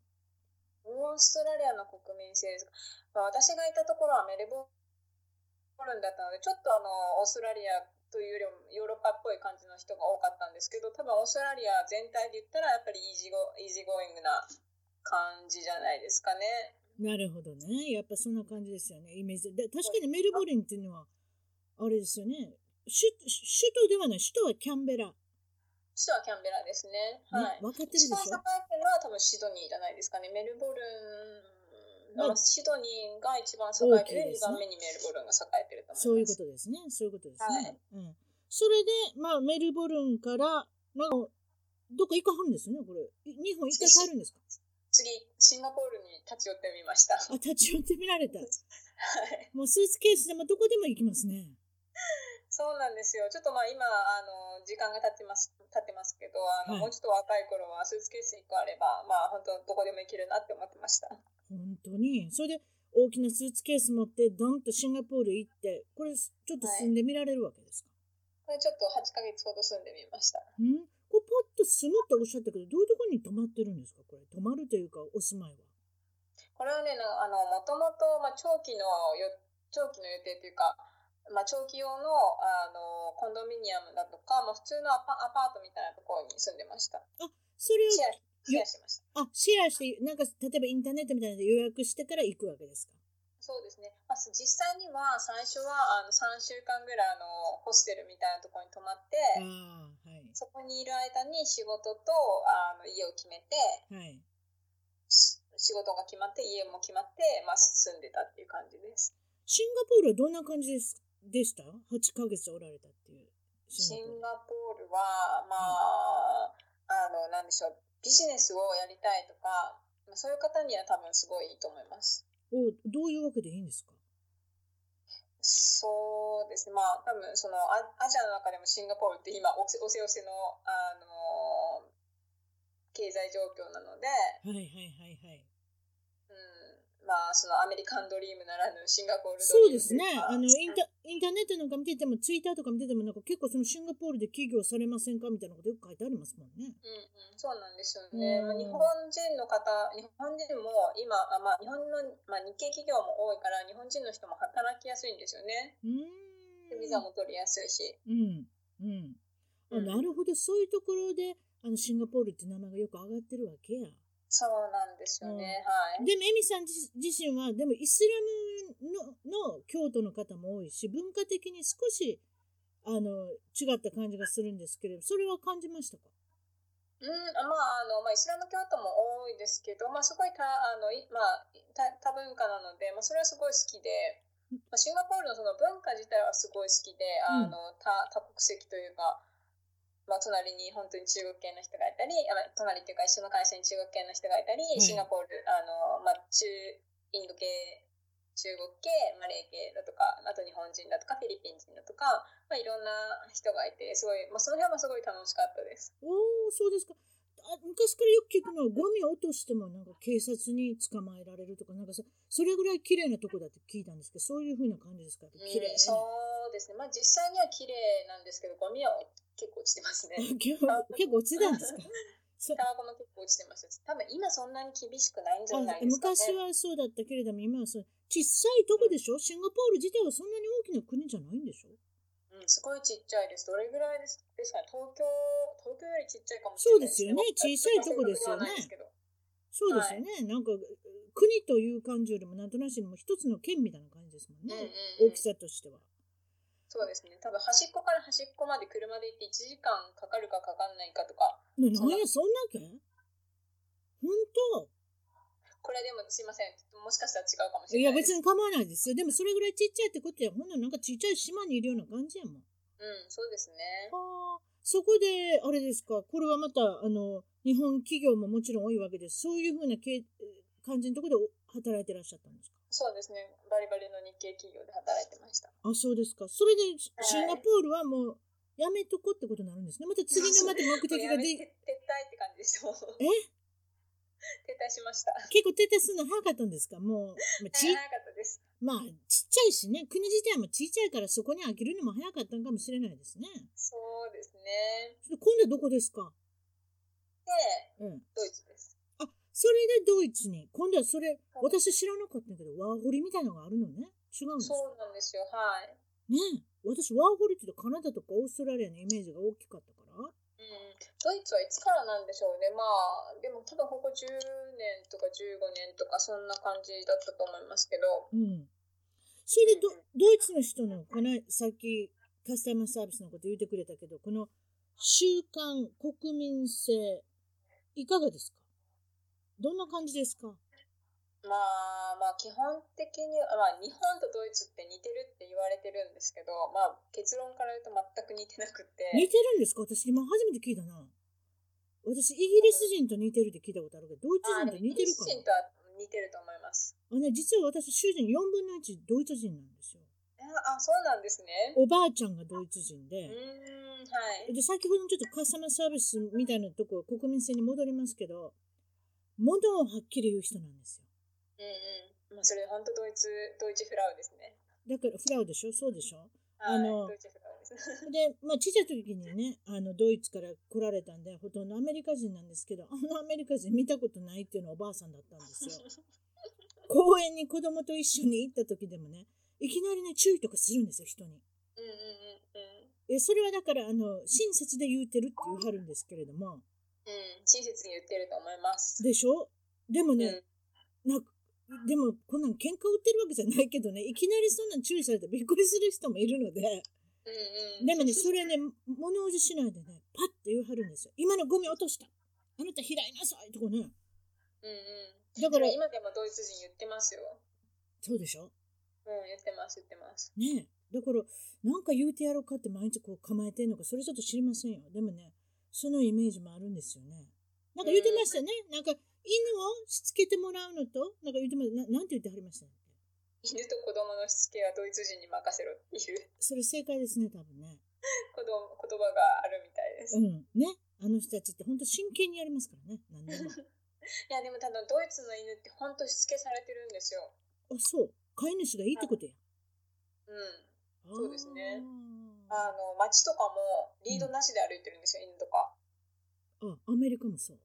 Speaker 2: オーストラリアの国民性ですまあ、私がいたところはメルボルンだったのでちょっとあのオーストラリアというよりもヨーロッパっぽい感じの人が多かったんですけど多分オーストラリア全体で言ったらやっぱりイージーゴイージーゴーイングな感じじゃないですかね。
Speaker 1: なるほどね。やっぱそんな感じですよね、イメージで。確かにメルボルンっていうのは、あれですよね。首首都ではない、首都はキャンベラ。ね、
Speaker 2: 首都はキャンベラですね。はい。
Speaker 1: 分かってるで
Speaker 2: 一
Speaker 1: しょ
Speaker 2: 番栄えてるのは多分シドニーじゃないですかね。メルボルン、
Speaker 1: まあ
Speaker 2: まあ、シドニーが一番栄え
Speaker 1: 大きい
Speaker 2: てる、
Speaker 1: で
Speaker 2: 二
Speaker 1: すね
Speaker 2: 番目にメルボルンが栄えてると思います。
Speaker 1: そういうことですね。そういうことですね。
Speaker 2: はい
Speaker 1: うん。それで、まあ、メルボルンから、なんか、どっか行かはるんですね、これ。い日本行って帰るんですか
Speaker 2: 次、シンガポールに立ち寄ってみました。
Speaker 1: あ、立ち寄ってみられた。
Speaker 2: はい。
Speaker 1: もうスーツケースでもどこでも行きますね。
Speaker 2: そうなんですよ。ちょっとまあ今あの時間が経ってます経ってますけど、あ
Speaker 1: はい
Speaker 2: の、もうちょっと若い頃はスーツケース1個あれば、まあ本当どこでも行けるなって思ってました。
Speaker 1: 本当にそれで大きなスーツケース持ってドンとシンガポール行ってこれちょっと住んでみられるわけですか、
Speaker 2: これちょっと8ヶ月ほど住んでみました。
Speaker 1: うんこれパッと住むっておっしゃったけどどういうところに泊まってるんですかこれ泊まるというかお住まいは
Speaker 2: これはね、なあのもともとまあ長期のよ長期の予定というか。まあ、長期用のあのコンドミニアムだとか、まあ、普通のアパアパートみたいなところに住んでました。
Speaker 1: それ
Speaker 2: シェ
Speaker 1: を
Speaker 2: アシェア
Speaker 1: あ
Speaker 2: してました。
Speaker 1: シェアしてなんか例えばインターネットみたいなので予約してから行くわけですか
Speaker 2: そうですね、まあ、実際には最初はあの3週間ぐらいあのホステルみたいなところに泊まって、
Speaker 1: ああ、はい。
Speaker 2: そこにいる間に仕事とあの家を決めて
Speaker 1: はい。
Speaker 2: し仕事が決まって家も決まって、まあ、住んでたっていう感じです
Speaker 1: シンガポールはどんな感じですでした ?8 ヶ月おられたっていう。
Speaker 2: シ
Speaker 1: ポー
Speaker 2: ン
Speaker 1: ル
Speaker 2: ガポールはまあ、あのなんでしょうビジネスをやりたいとかまあそういう方には多分すごいいいと思います
Speaker 1: おどういうわけでいいんですか
Speaker 2: そうですね、まあ、多分そのアアジアの中でもシンガポールって今、おせおせおせの、あのー経済状況なので、
Speaker 1: はいはいはいはい。
Speaker 2: うんまあ、そのアメリカンドリームならぬシンガポール
Speaker 1: そう
Speaker 2: ドリーム
Speaker 1: ですね。あのイン
Speaker 2: タ
Speaker 1: タインターネットなんか見てても、ツイッターとか見てても、なんか結構そのシンガポールで起業されませんかみたいなことよく書いてありますもんね。
Speaker 2: うんうん、そうなんですよね、
Speaker 1: うん
Speaker 2: まあ、日本人の方、日本人も今、あまあ、日本の、まあ、日系企業も多いから、日本人の人も働きやすいんですよね。
Speaker 1: うーん。
Speaker 2: でビザも取りやすいし。
Speaker 1: うん。うん。あ
Speaker 2: うん
Speaker 1: なるほど。そういうところで、あのシンガポールって名前がよく上がってるわけや。
Speaker 2: そうなんですよね、
Speaker 1: うん
Speaker 2: はい。
Speaker 1: でも、エミさん自自身は、でもイスラムのの教徒の方も多いし、文化的に少しあの違った感じがするんですけれど、それは感じましたか
Speaker 2: うん、まあ、あの、まあ、イスラム教徒も多いですけど、まあ、すごいた、あの、いまあ、た多文化なので、まあ、それはすごい好きで、まあ、シンガポールのその文化自体はすごい好きで、あの、た多国籍というか、まあ、隣に本当に中国系の人がいたり、あまあ隣というか一緒の会社に中国系の人がいたり、
Speaker 1: うん
Speaker 2: シンガポール、あの、まあ、中、インド系、中国系、マレー系だとか、あと日本人だとか、フィリピン人だとか、まあ、いろんな人がいて、すごい、まあ、その辺はすごい楽しかったです。
Speaker 1: おおそうですかあ昔からよく聞くのはゴミを落としてもなんか警察に捕まえられるとかなんかそそれぐらい綺麗なとこだって聞いたんですけどそういうふうな感じですか綺麗
Speaker 2: うんそうですね。まあ実際には綺麗なんですけど、ゴミは結構落ちてますね。
Speaker 1: 結構結構落ちたんですかそ
Speaker 2: タバコも結構落ちてました。多分今そんなに厳しくないんじゃ
Speaker 1: あ
Speaker 2: ないですかね。
Speaker 1: 昔はそうだったけれども今はそう小さいとこでしょシンガポール自体はそんなに大きな国じゃないんでしょ
Speaker 2: うん、すごいちっちゃいです。どれぐらいですですかね。東京、東京よりちっちゃいかもしれな
Speaker 1: そ
Speaker 2: い
Speaker 1: うですよね小さいとこですよね
Speaker 2: 僕はそんなことはないですけど
Speaker 1: そうですよね、なんか国という感じよりもなんとなしにも一つの県みたいな感じですもんね、
Speaker 2: うんうんう
Speaker 1: 大
Speaker 2: ん
Speaker 1: きさとしては
Speaker 2: そうですね。多分端っこから端っこまで車で行って1時間かかるかかかんないかとか。
Speaker 1: な
Speaker 2: そう
Speaker 1: なんやそんなけ本当
Speaker 2: これでもすいません。もしかしたら違うかもし
Speaker 1: い
Speaker 2: れ
Speaker 1: や
Speaker 2: ない
Speaker 1: 別
Speaker 2: です。
Speaker 1: に構わないですよ。でもそれぐらいちっちゃいってことや、ほんならなんかちっちゃい島にいるような感じやもん。
Speaker 2: うん、そうですね。
Speaker 1: あそこで、あれですか、これはまた、あの、日本企業ももちろん多いわけです。そういうふうなけ感じのところでお働いてらっしゃったんですか
Speaker 2: そうですね。バリバリの日系企業で働いてました。
Speaker 1: あ、そうですか。それでシ
Speaker 2: はい
Speaker 1: シンガポールはもう、やめとこってことになるんですね。また次のまた目的
Speaker 2: や
Speaker 1: が
Speaker 2: め
Speaker 1: で、
Speaker 2: て撤退って感じでした。
Speaker 1: え
Speaker 2: 撤退しました。
Speaker 1: 結構徹底するの早かったんですかもう、まあ、ち
Speaker 2: 早かったです。
Speaker 1: まあ、ちっちゃいしね、国自体もちっちゃいからそこに飽きるのも早かったんかもしれないですね。
Speaker 2: そうですね。
Speaker 1: それで今度はどこですか
Speaker 2: で、
Speaker 1: うん。
Speaker 2: ドイツです。
Speaker 1: あそれでドイツに今度はそれ
Speaker 2: はい
Speaker 1: 私知らなかったんだけどワーホリみたいのがあるのね違うんですか
Speaker 2: そうなんですよ。はい。
Speaker 1: ねえ私ワーホリって言うとカナダとかオーストラリアのイメージが大きかったから
Speaker 2: うん、ドイツはいつからなんでしょうね。まあ、でも多分ここ10年とか15年とかそんな感じだったと思いますけど。
Speaker 1: うんそれでど
Speaker 2: うんうん
Speaker 1: ドイツの人のこのさっきカスタマーサービスのこと言ってくれたけどこの習慣国民性いかがですかどんな感じですか
Speaker 2: まあ、まあ基本的には、まあ日本とドイツって似てるって言われてるんですけど、まあ結論から言うと全く似てなくて。
Speaker 1: 似てるんですか私今初めて聞いたな私イギリス人と似てるって聞いたことあるけどドイツ
Speaker 2: あ
Speaker 1: 人
Speaker 2: で
Speaker 1: と
Speaker 2: も
Speaker 1: 似てるか
Speaker 2: イギリス
Speaker 1: な
Speaker 2: 人とは似てると思います。
Speaker 1: あね、実は私、主人4分の1ドイツ人なんですよ。
Speaker 2: あ、あそうなんですね。
Speaker 1: おばあちゃんがドイツ人
Speaker 2: うー
Speaker 1: で、
Speaker 2: ん、はい。
Speaker 1: で先ほどのちょっとカスタマーサービスみたいなとこ、国民性に戻りますけど、物をはっきり言う人なんですよ。
Speaker 2: うんうん。まあ、それ本当ドイツ、ドイツフラウですね。
Speaker 1: だから、フラウでしょそうでしょ
Speaker 2: はい、
Speaker 1: あの
Speaker 2: ドイツフラウです。
Speaker 1: で、まあ、ちっちゃい時にね、あの、ドイツから来られたんで、ほとんどアメリカ人なんですけど、あのアメリカ人見たことないっていうのはおばあさんだったんですよ。公園に子供と一緒に行った時でもね、いきなりね、注意とかするんですよ、人に。
Speaker 2: うんうんうんうん。
Speaker 1: えそれはだからあの親切で言うてるって言うはるんですけれども
Speaker 2: うん、親切に言ってると思います。
Speaker 1: でしょでも
Speaker 2: うん、
Speaker 1: ね、なんかでも、こんなん喧嘩売ってるわけじゃないけどね、いきなりそんなん注意されてびっくりする人もいるので、
Speaker 2: うんうん。
Speaker 1: でもね、それね、物おじしないでね、パッて言わはるんですよ。今のゴミ落とした。あなた拾いなさいとかね。
Speaker 2: うんうん。
Speaker 1: だから、
Speaker 2: 今でもドイツ人言ってますよ。
Speaker 1: そうでしょ
Speaker 2: うん、言ってます、言ってます。
Speaker 1: ねえ。だから、なんか言うてやろうかって毎日こう構えてんのか、それちょっと知りませんよ。でもね、そのイメージもあるんですよね。なんか言ってましたよね。なんか、犬をしつけてもらうのと、なんか言ってました。ななんて言ってはりましたっけ
Speaker 2: 犬と子供のしつけはドイツ人に任せろっていう
Speaker 1: それ正解ですね、多分ね。
Speaker 2: 子供言葉があるみたいです。
Speaker 1: う
Speaker 2: い
Speaker 1: ん。ね。あの人たちって本当真剣にやりますからね。何 でも。
Speaker 2: や、でも多分ドイツの犬って本当しつけされてるんですよ。
Speaker 1: あ、そう。飼い主がいいってことや。
Speaker 2: うん。
Speaker 1: あー
Speaker 2: そうですね。あの、街とかもリードなしで歩いてるんですよ、犬とか。
Speaker 1: あ、アメリカもそう。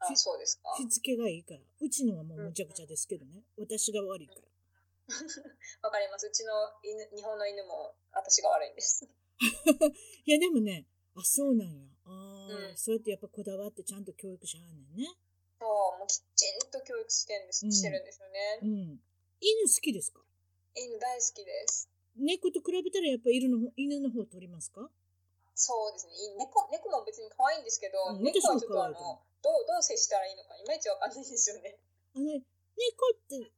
Speaker 2: あ、
Speaker 1: し
Speaker 2: そうですか。
Speaker 1: しつけがいいから。うちのはもうむちゃくちゃですけどね。私が悪いから。
Speaker 2: わかります。うちの犬、日本の犬も私が悪いんです。
Speaker 1: いや、でもね、あ、そうなんや。ああ、
Speaker 2: うん
Speaker 1: そうやってやっぱこだわってちゃんと教育しはんねんね。
Speaker 2: そう、もうきちんと教育してんです、
Speaker 1: うん
Speaker 2: してるんですよ
Speaker 1: う
Speaker 2: ね。
Speaker 1: ん。犬好きですか
Speaker 2: 犬大好きです。
Speaker 1: 猫と比べたらやっぱ犬の方犬の方取りますか
Speaker 2: そうですね。い猫猫も別に可愛いんですけど、
Speaker 1: うん
Speaker 2: 猫はちょっ
Speaker 1: 私も
Speaker 2: とあ
Speaker 1: 可愛い
Speaker 2: の
Speaker 1: と思
Speaker 2: どう、どう接したらいいのか、いまいちわかんないんですよね。
Speaker 1: あの、猫って、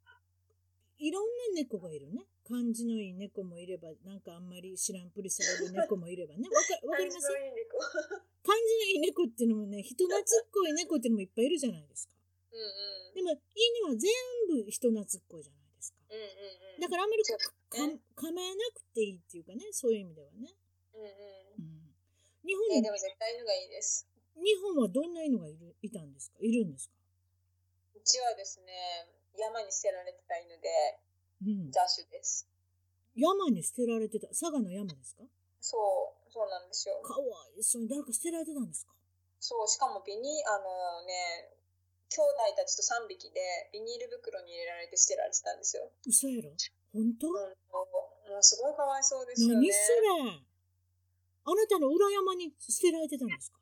Speaker 1: いろんな猫がいるね。感じのいい猫もいれば、なんかあんまり知らんぷりされ る猫もいればね。わかわかります
Speaker 2: 感じのいい猫。
Speaker 1: 感じのいい猫っていうのもね、人懐っこい猫っていうのもいっぱいいるじゃないです か。
Speaker 2: うん
Speaker 1: でも、犬は全部人懐っこいじゃないですか。
Speaker 2: うん。うんうんうん。
Speaker 1: だからあんまり
Speaker 2: そう
Speaker 1: か構えなくていいっていうかね、そういう意味ではね。
Speaker 2: うんうん。
Speaker 1: うん日
Speaker 2: いや、
Speaker 1: 本
Speaker 2: でも絶対犬がいいです。
Speaker 1: 日本はどんな犬がいるいたんですかいるんですか、
Speaker 2: うちはですね、山に捨てられてた犬で、
Speaker 1: うん、
Speaker 2: 雑種です。
Speaker 1: 山に捨てられてた佐賀の山ですか
Speaker 2: そう、そうなんですよ。
Speaker 1: かわいそうに誰か捨てられてたんですか
Speaker 2: そう、しかもビニ、あのね、兄弟たちと3匹でビニール袋に入れられて捨てられてたんですよ。
Speaker 1: 嘘やろ本当、
Speaker 2: うん、もうすごいかわいそうですよね。
Speaker 1: 何それあなたの裏山に捨てられてたんですか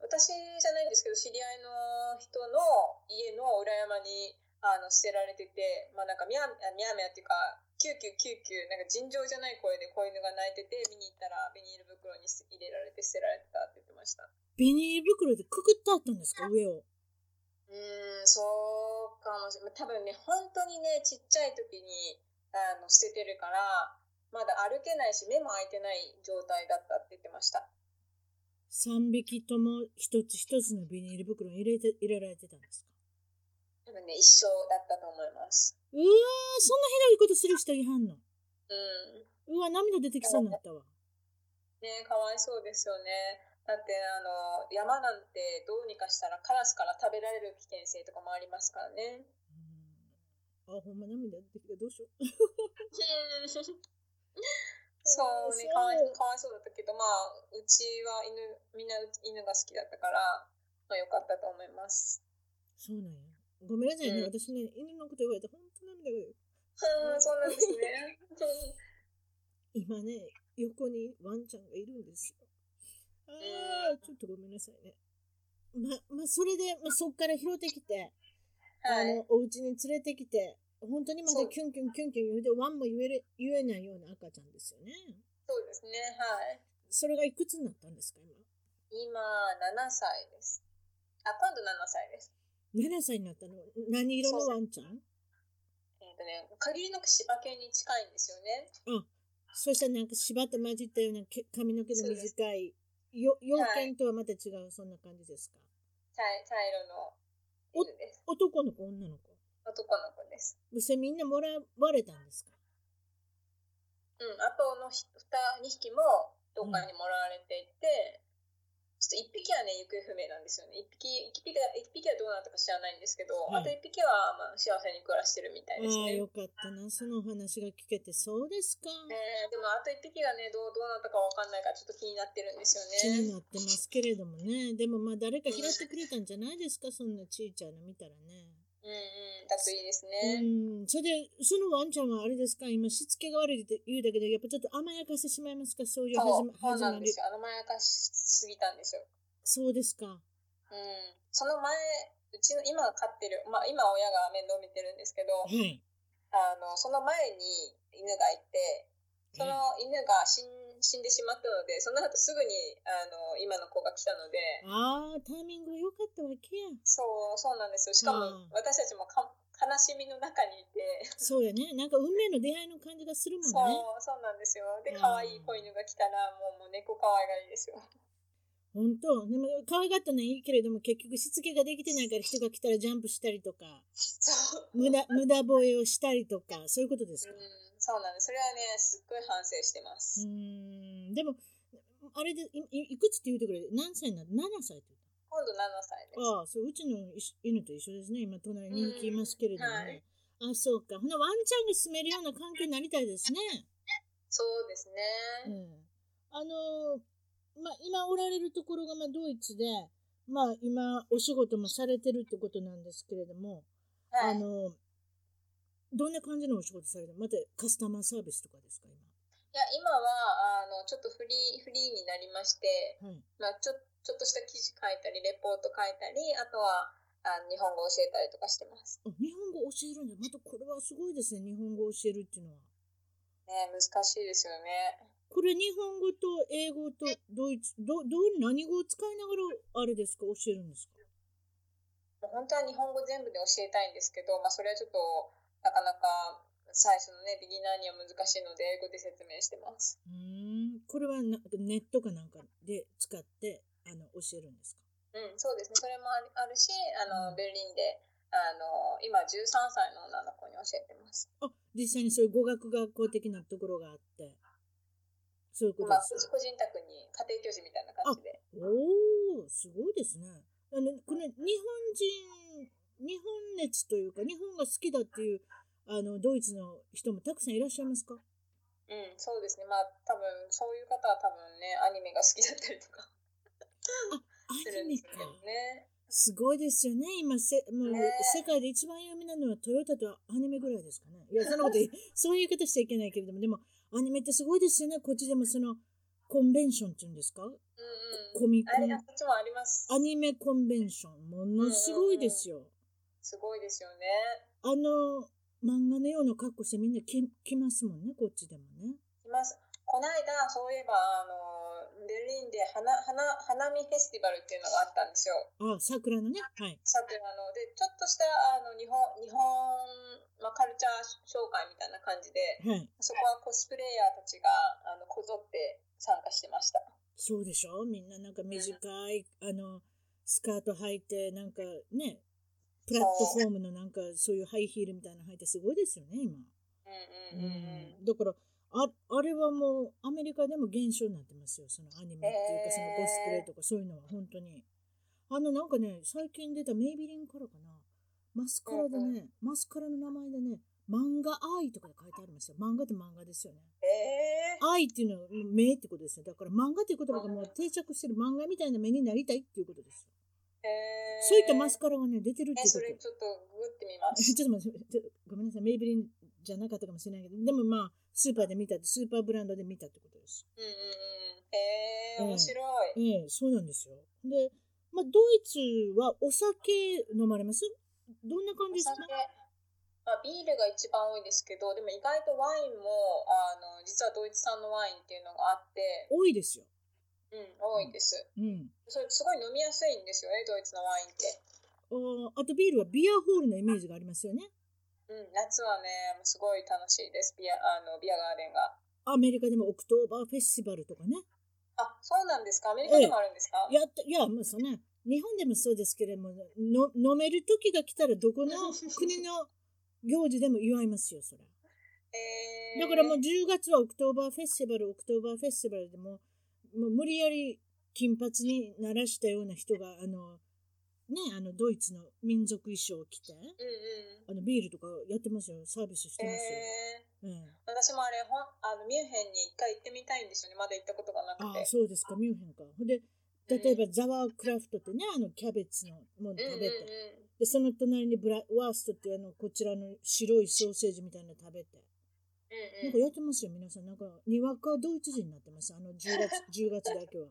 Speaker 2: 私じゃないんですけど、知り合いの人の家の裏山にあの捨てられてて、まあなんかミャーあミャーミャーっていうか、キューキューキューキュー、なんか尋常じゃない声で子犬が泣いてて、見に行ったらビニール袋に入れられて捨てられてたって言ってました。
Speaker 1: ビニール袋でくくってあったんですか上を
Speaker 2: うーん、そうかもしれない。多分ね、本当にね、ちっちゃい時にあの捨ててるから、まだ歩けないし、目も開いてない状態だったって言ってました。
Speaker 1: 3匹とも一つ一つのビニール袋に入れて入れられてたんですか
Speaker 2: 多分ね、一生だったと思います。
Speaker 1: うわーそんなひどいことする人いはんの
Speaker 2: う
Speaker 1: う
Speaker 2: ん。
Speaker 1: わ涙出てきそうになったわ
Speaker 2: ねかわいそうですよね。だって、あの、山なんてどうにかしたらカラスから食べられる危険性とかもありますからね。
Speaker 1: うんあ、ほんま涙出てきた。どうしよう。
Speaker 2: そうね、かわいかわいそうだったけど、まあ、うちは犬、みんな犬が好きだったから、まあ、よかったと思います。
Speaker 1: そうなんや。ごめんなさいね。
Speaker 2: うん
Speaker 1: 私ね、犬のこと言われて、本当涙が出る。
Speaker 2: うん、 そうなんですね。
Speaker 1: 今ね、横にワンちゃんがいるんですよ。あ
Speaker 2: う
Speaker 1: あ、ちょっとごめんなさいね。ま、まあ、それで、まあ、そっから拾ってきて、
Speaker 2: は
Speaker 1: あ
Speaker 2: い。
Speaker 1: の、お家に連れてきて、本当にま
Speaker 2: そ
Speaker 1: だ
Speaker 2: う
Speaker 1: キュンキュンキュンキュン言うて、ワンも言える言えないような赤ちゃんですよね。
Speaker 2: そうですね、はい。
Speaker 1: それがいくつになったんですか、今。
Speaker 2: 今、7歳です。あ、今度7歳です。
Speaker 1: 7歳になったの何色のワンちゃん
Speaker 2: えっ、とね、限りなく柴犬に近いんですよね。
Speaker 1: そしたらなんか縛って混じったようなけ髪の毛の短いよ
Speaker 2: は
Speaker 1: 妖
Speaker 2: い
Speaker 1: 犬とはまた違うそんな感じですか、
Speaker 2: 茶茶色の犬です。
Speaker 1: 男の子女の子
Speaker 2: 男の子です。
Speaker 1: それみんなもらわれたんですか
Speaker 2: うん、あとのひふた2匹もどっかにもらわれていて、ちょっと1匹はね、行方不明なんですよね。1匹一匹が一匹はどうなったか知らないんですけど、
Speaker 1: はい
Speaker 2: あと1匹は、まあ、幸せに暮らしてるみた
Speaker 1: あ
Speaker 2: い
Speaker 1: あ
Speaker 2: ですね。
Speaker 1: よかったなそのお話が聞けてそうですか、
Speaker 2: ねえでもあと1匹がねどう、どうなったかわかんないからちょっと気になってるんですよ
Speaker 1: 気になっ
Speaker 2: ね。
Speaker 1: てますけれどもねでもまあ誰か拾ってくれたんじゃないですかそんなちいちゃいの見たらね
Speaker 2: うんうん、だといいです
Speaker 1: う
Speaker 2: ね。
Speaker 1: んそれでそのワンちゃんはあれですか今しつけが悪いって言うだけでやっぱちょっと甘やかしてしまいますかそういう始
Speaker 2: そう
Speaker 1: ま
Speaker 2: そ
Speaker 1: 始ま
Speaker 2: うなんで
Speaker 1: り
Speaker 2: すよ。あの前やかしすぎたんですよ。
Speaker 1: そうですか
Speaker 2: うん、その前うちの今飼ってる、まあ、今親が面倒見てるんですけど
Speaker 1: うん
Speaker 2: あのその前に犬がいてその犬が死ん死んでしまったのでその後すぐにあの今の子が来たので
Speaker 1: ああ、タイミングが良かったわけや。
Speaker 2: そうそうなんですよしか
Speaker 1: うん
Speaker 2: も私たちもか悲しみの中にいて。
Speaker 1: そうよね。なんか運命の出会いの感じがする
Speaker 2: そう
Speaker 1: もんね。
Speaker 2: そうなんですよ
Speaker 1: うん
Speaker 2: で可愛い子犬が来たらもうもう猫可愛がりですよ
Speaker 1: 本当でも可愛がったのはいいけれども、結局しつけができてないから人が来たらジャンプしたりとか、
Speaker 2: そう
Speaker 1: 無駄、無駄吠えをしたりとか、そういうことです
Speaker 2: う
Speaker 1: か。
Speaker 2: ん、そうなんです。それはね、すっごい反省してま
Speaker 1: う
Speaker 2: す。
Speaker 1: ーん、でも、あれで、いいいくつって言うとこれ、何歳なの ?7 歳って言った。
Speaker 2: 今度7歳です。
Speaker 1: ああ、そう、うちの一緒犬と一緒ですね。今、隣に行きますけれども。
Speaker 2: うんはい
Speaker 1: あ、そうか。ほな、ワンちゃんが住めるような環境になりたいですね。
Speaker 2: そうです
Speaker 1: う
Speaker 2: ね。
Speaker 1: んあのーまあ、今おられるところがまあドイツで、まあ、今お仕事もされてるってことなんですけれども、
Speaker 2: はい。
Speaker 1: あのーどんな感じのお仕事されてるまたカスタマーサービスとかですか
Speaker 2: いや、今は、あの、ちょっとフリー、フリーになりまして、
Speaker 1: 今、はい、
Speaker 2: まあ、ちょ、ちょっとした記事書いたり、レポート書いたり、あとは、あの日本語教えたりとかしてます。
Speaker 1: あ日本語教えるんだまたこれはすごいですね日本語教えるっていうのは
Speaker 2: ね、難しいですよね。
Speaker 1: これ日本語と英語とドイツどどう何語を使いながらあれですか教えるんですか
Speaker 2: もう本当は日本語全部で教えたいんですけど、まあ、それはちょっと、なかなか、最初のね、ビギナーには難しいので、英語で説明してます。
Speaker 1: うーんこれはなネットかなんかで使ってあの教えるんですか
Speaker 2: うん、そうですね。それもあるあるし、あの、ベルリンで、あの、今13歳の女の子に教えてます。
Speaker 1: あ実際にそういう語学学校的なところがあってそういうこと
Speaker 2: まあ、
Speaker 1: で
Speaker 2: 個
Speaker 1: すか
Speaker 2: 人宅に家庭教師みたいな感じで。
Speaker 1: おおすごいですねあのこの日本人日本熱というか日本が好きだっていうあのドイツの人もたくさんいらっしゃいますか
Speaker 2: うん、そうですね。まあ、多分、そういう方は多分ね、アニメが好きだったり とかす
Speaker 1: ア
Speaker 2: る
Speaker 1: ニメ
Speaker 2: んです
Speaker 1: か
Speaker 2: けどね。
Speaker 1: すごいですよね今せもう
Speaker 2: ね
Speaker 1: 世界で一番有名なのはトヨタとアニメぐらいですかね いやそんなこと言いそういう言い方しちゃいけないけれどもでもアニメってすごいですよねこっちでもそのコンベンションっていうんですか
Speaker 2: うんうん。
Speaker 1: コミコ
Speaker 2: あれ、
Speaker 1: ン
Speaker 2: あそっちもあります。
Speaker 1: アニメコンベンション、ものすごいですよ。
Speaker 2: すごいですよね。
Speaker 1: あの、漫画のような格好してみんな来来ますもんね、こっちでもね。
Speaker 2: います。この間、そういえば、あの、ベルリンで花、花、花見フェスティバルっていうのがあったんですよ。
Speaker 1: あ桜のね。はい。
Speaker 2: さてあのでちょっとしたあの日本日本、まあ、カルチャー紹介みたいな感じで
Speaker 1: はい。
Speaker 2: そこはコスプレイヤーたちがあのこぞって参加してました
Speaker 1: そうでしょみんななんか短い、あの、スカート履いて、なんかね、プラットフォームのなんかそういうハイヒールみたいなの履いて、すごいですよね、今。
Speaker 2: うんうんうんうん
Speaker 1: だから、ああれはもうアメリカでも現象になってますよ。そのアニメっていうか、
Speaker 2: へー
Speaker 1: そのコスプレとかそういうのは本当に。あのなんかね、最近出たメイビリンからかな。マスカラで
Speaker 2: うん
Speaker 1: ね、マスカラの名前でね、漫画愛とかで書いてありますよ。漫画って漫画ですよね。
Speaker 2: えー、
Speaker 1: 愛っていうのは目ってことですよ。だから漫画っていう言葉がもう定着してる漫画みたいな目になりたいっていうことですよ。
Speaker 2: えー、
Speaker 1: そういったマスカラがね、出てるって
Speaker 2: え
Speaker 1: いう
Speaker 2: そ
Speaker 1: こと。
Speaker 2: れちょっとググってみます
Speaker 1: ちょっと待って、ちょっとごめんなさい、メイブリンじゃなかったかもしれないけど、でもまあ、スーパーで見たって、スーパーブランドで見たってことです。
Speaker 2: うんうんうんえー、
Speaker 1: うん
Speaker 2: 面白い、
Speaker 1: ええ、そうなんですよ。で、まあ、ドイツはお酒飲まれますどんな感
Speaker 2: お
Speaker 1: じですか
Speaker 2: 酒まあ、ビールが一番多いですけどでも意外とワインもあの実はドイツ産のワインっていうのがあって、
Speaker 1: 多いですよ。
Speaker 2: うん、多いです
Speaker 1: うん。
Speaker 2: それすごい飲みやすいんですよねドイツのワインって
Speaker 1: ああとビールはビアホールのイメージがありますよね。
Speaker 2: うん、夏はね、すごい楽しいです、ビアあのビアガーデンが。
Speaker 1: アメリカでもオクトーバーフェスティバルとかね。
Speaker 2: あ、そうなんですかアメリカでもあるんですか、
Speaker 1: やって、いや、もうそんな、日本でもそうですけれども、の飲める時が来たらどこの国の行事でも祝いますよ、それ。
Speaker 2: えー、
Speaker 1: だからもう10月はオクトーバーフェスティバル、オクトーバーフェスティバルでも、もう無理やり金髪にならしたような人が、あの、ね、あの、ドイツの民族衣装を着て、
Speaker 2: うんうん。
Speaker 1: あの、ビールとかやってますよ、サービスしてますよ。
Speaker 2: えー、
Speaker 1: うん
Speaker 2: 私もあれほんあの、ミュンヘンに一回行ってみたいんですよね、まだ行ったことがなく
Speaker 1: あ
Speaker 2: て
Speaker 1: あ、。そうですか、ミュンヘンか。ほんで、例えばザワークラフトってね、あの、キャベツのもの
Speaker 2: うんうん
Speaker 1: 食
Speaker 2: うん
Speaker 1: べて、で、その隣にブラワーストっていうあの、こちらの白いソーセージみたいなの食べて、
Speaker 2: うん
Speaker 1: なん
Speaker 2: う
Speaker 1: か
Speaker 2: ん。
Speaker 1: やってますよ、皆さん。なんか、にわかドイツ人になってます、あの、10月、10月だけは。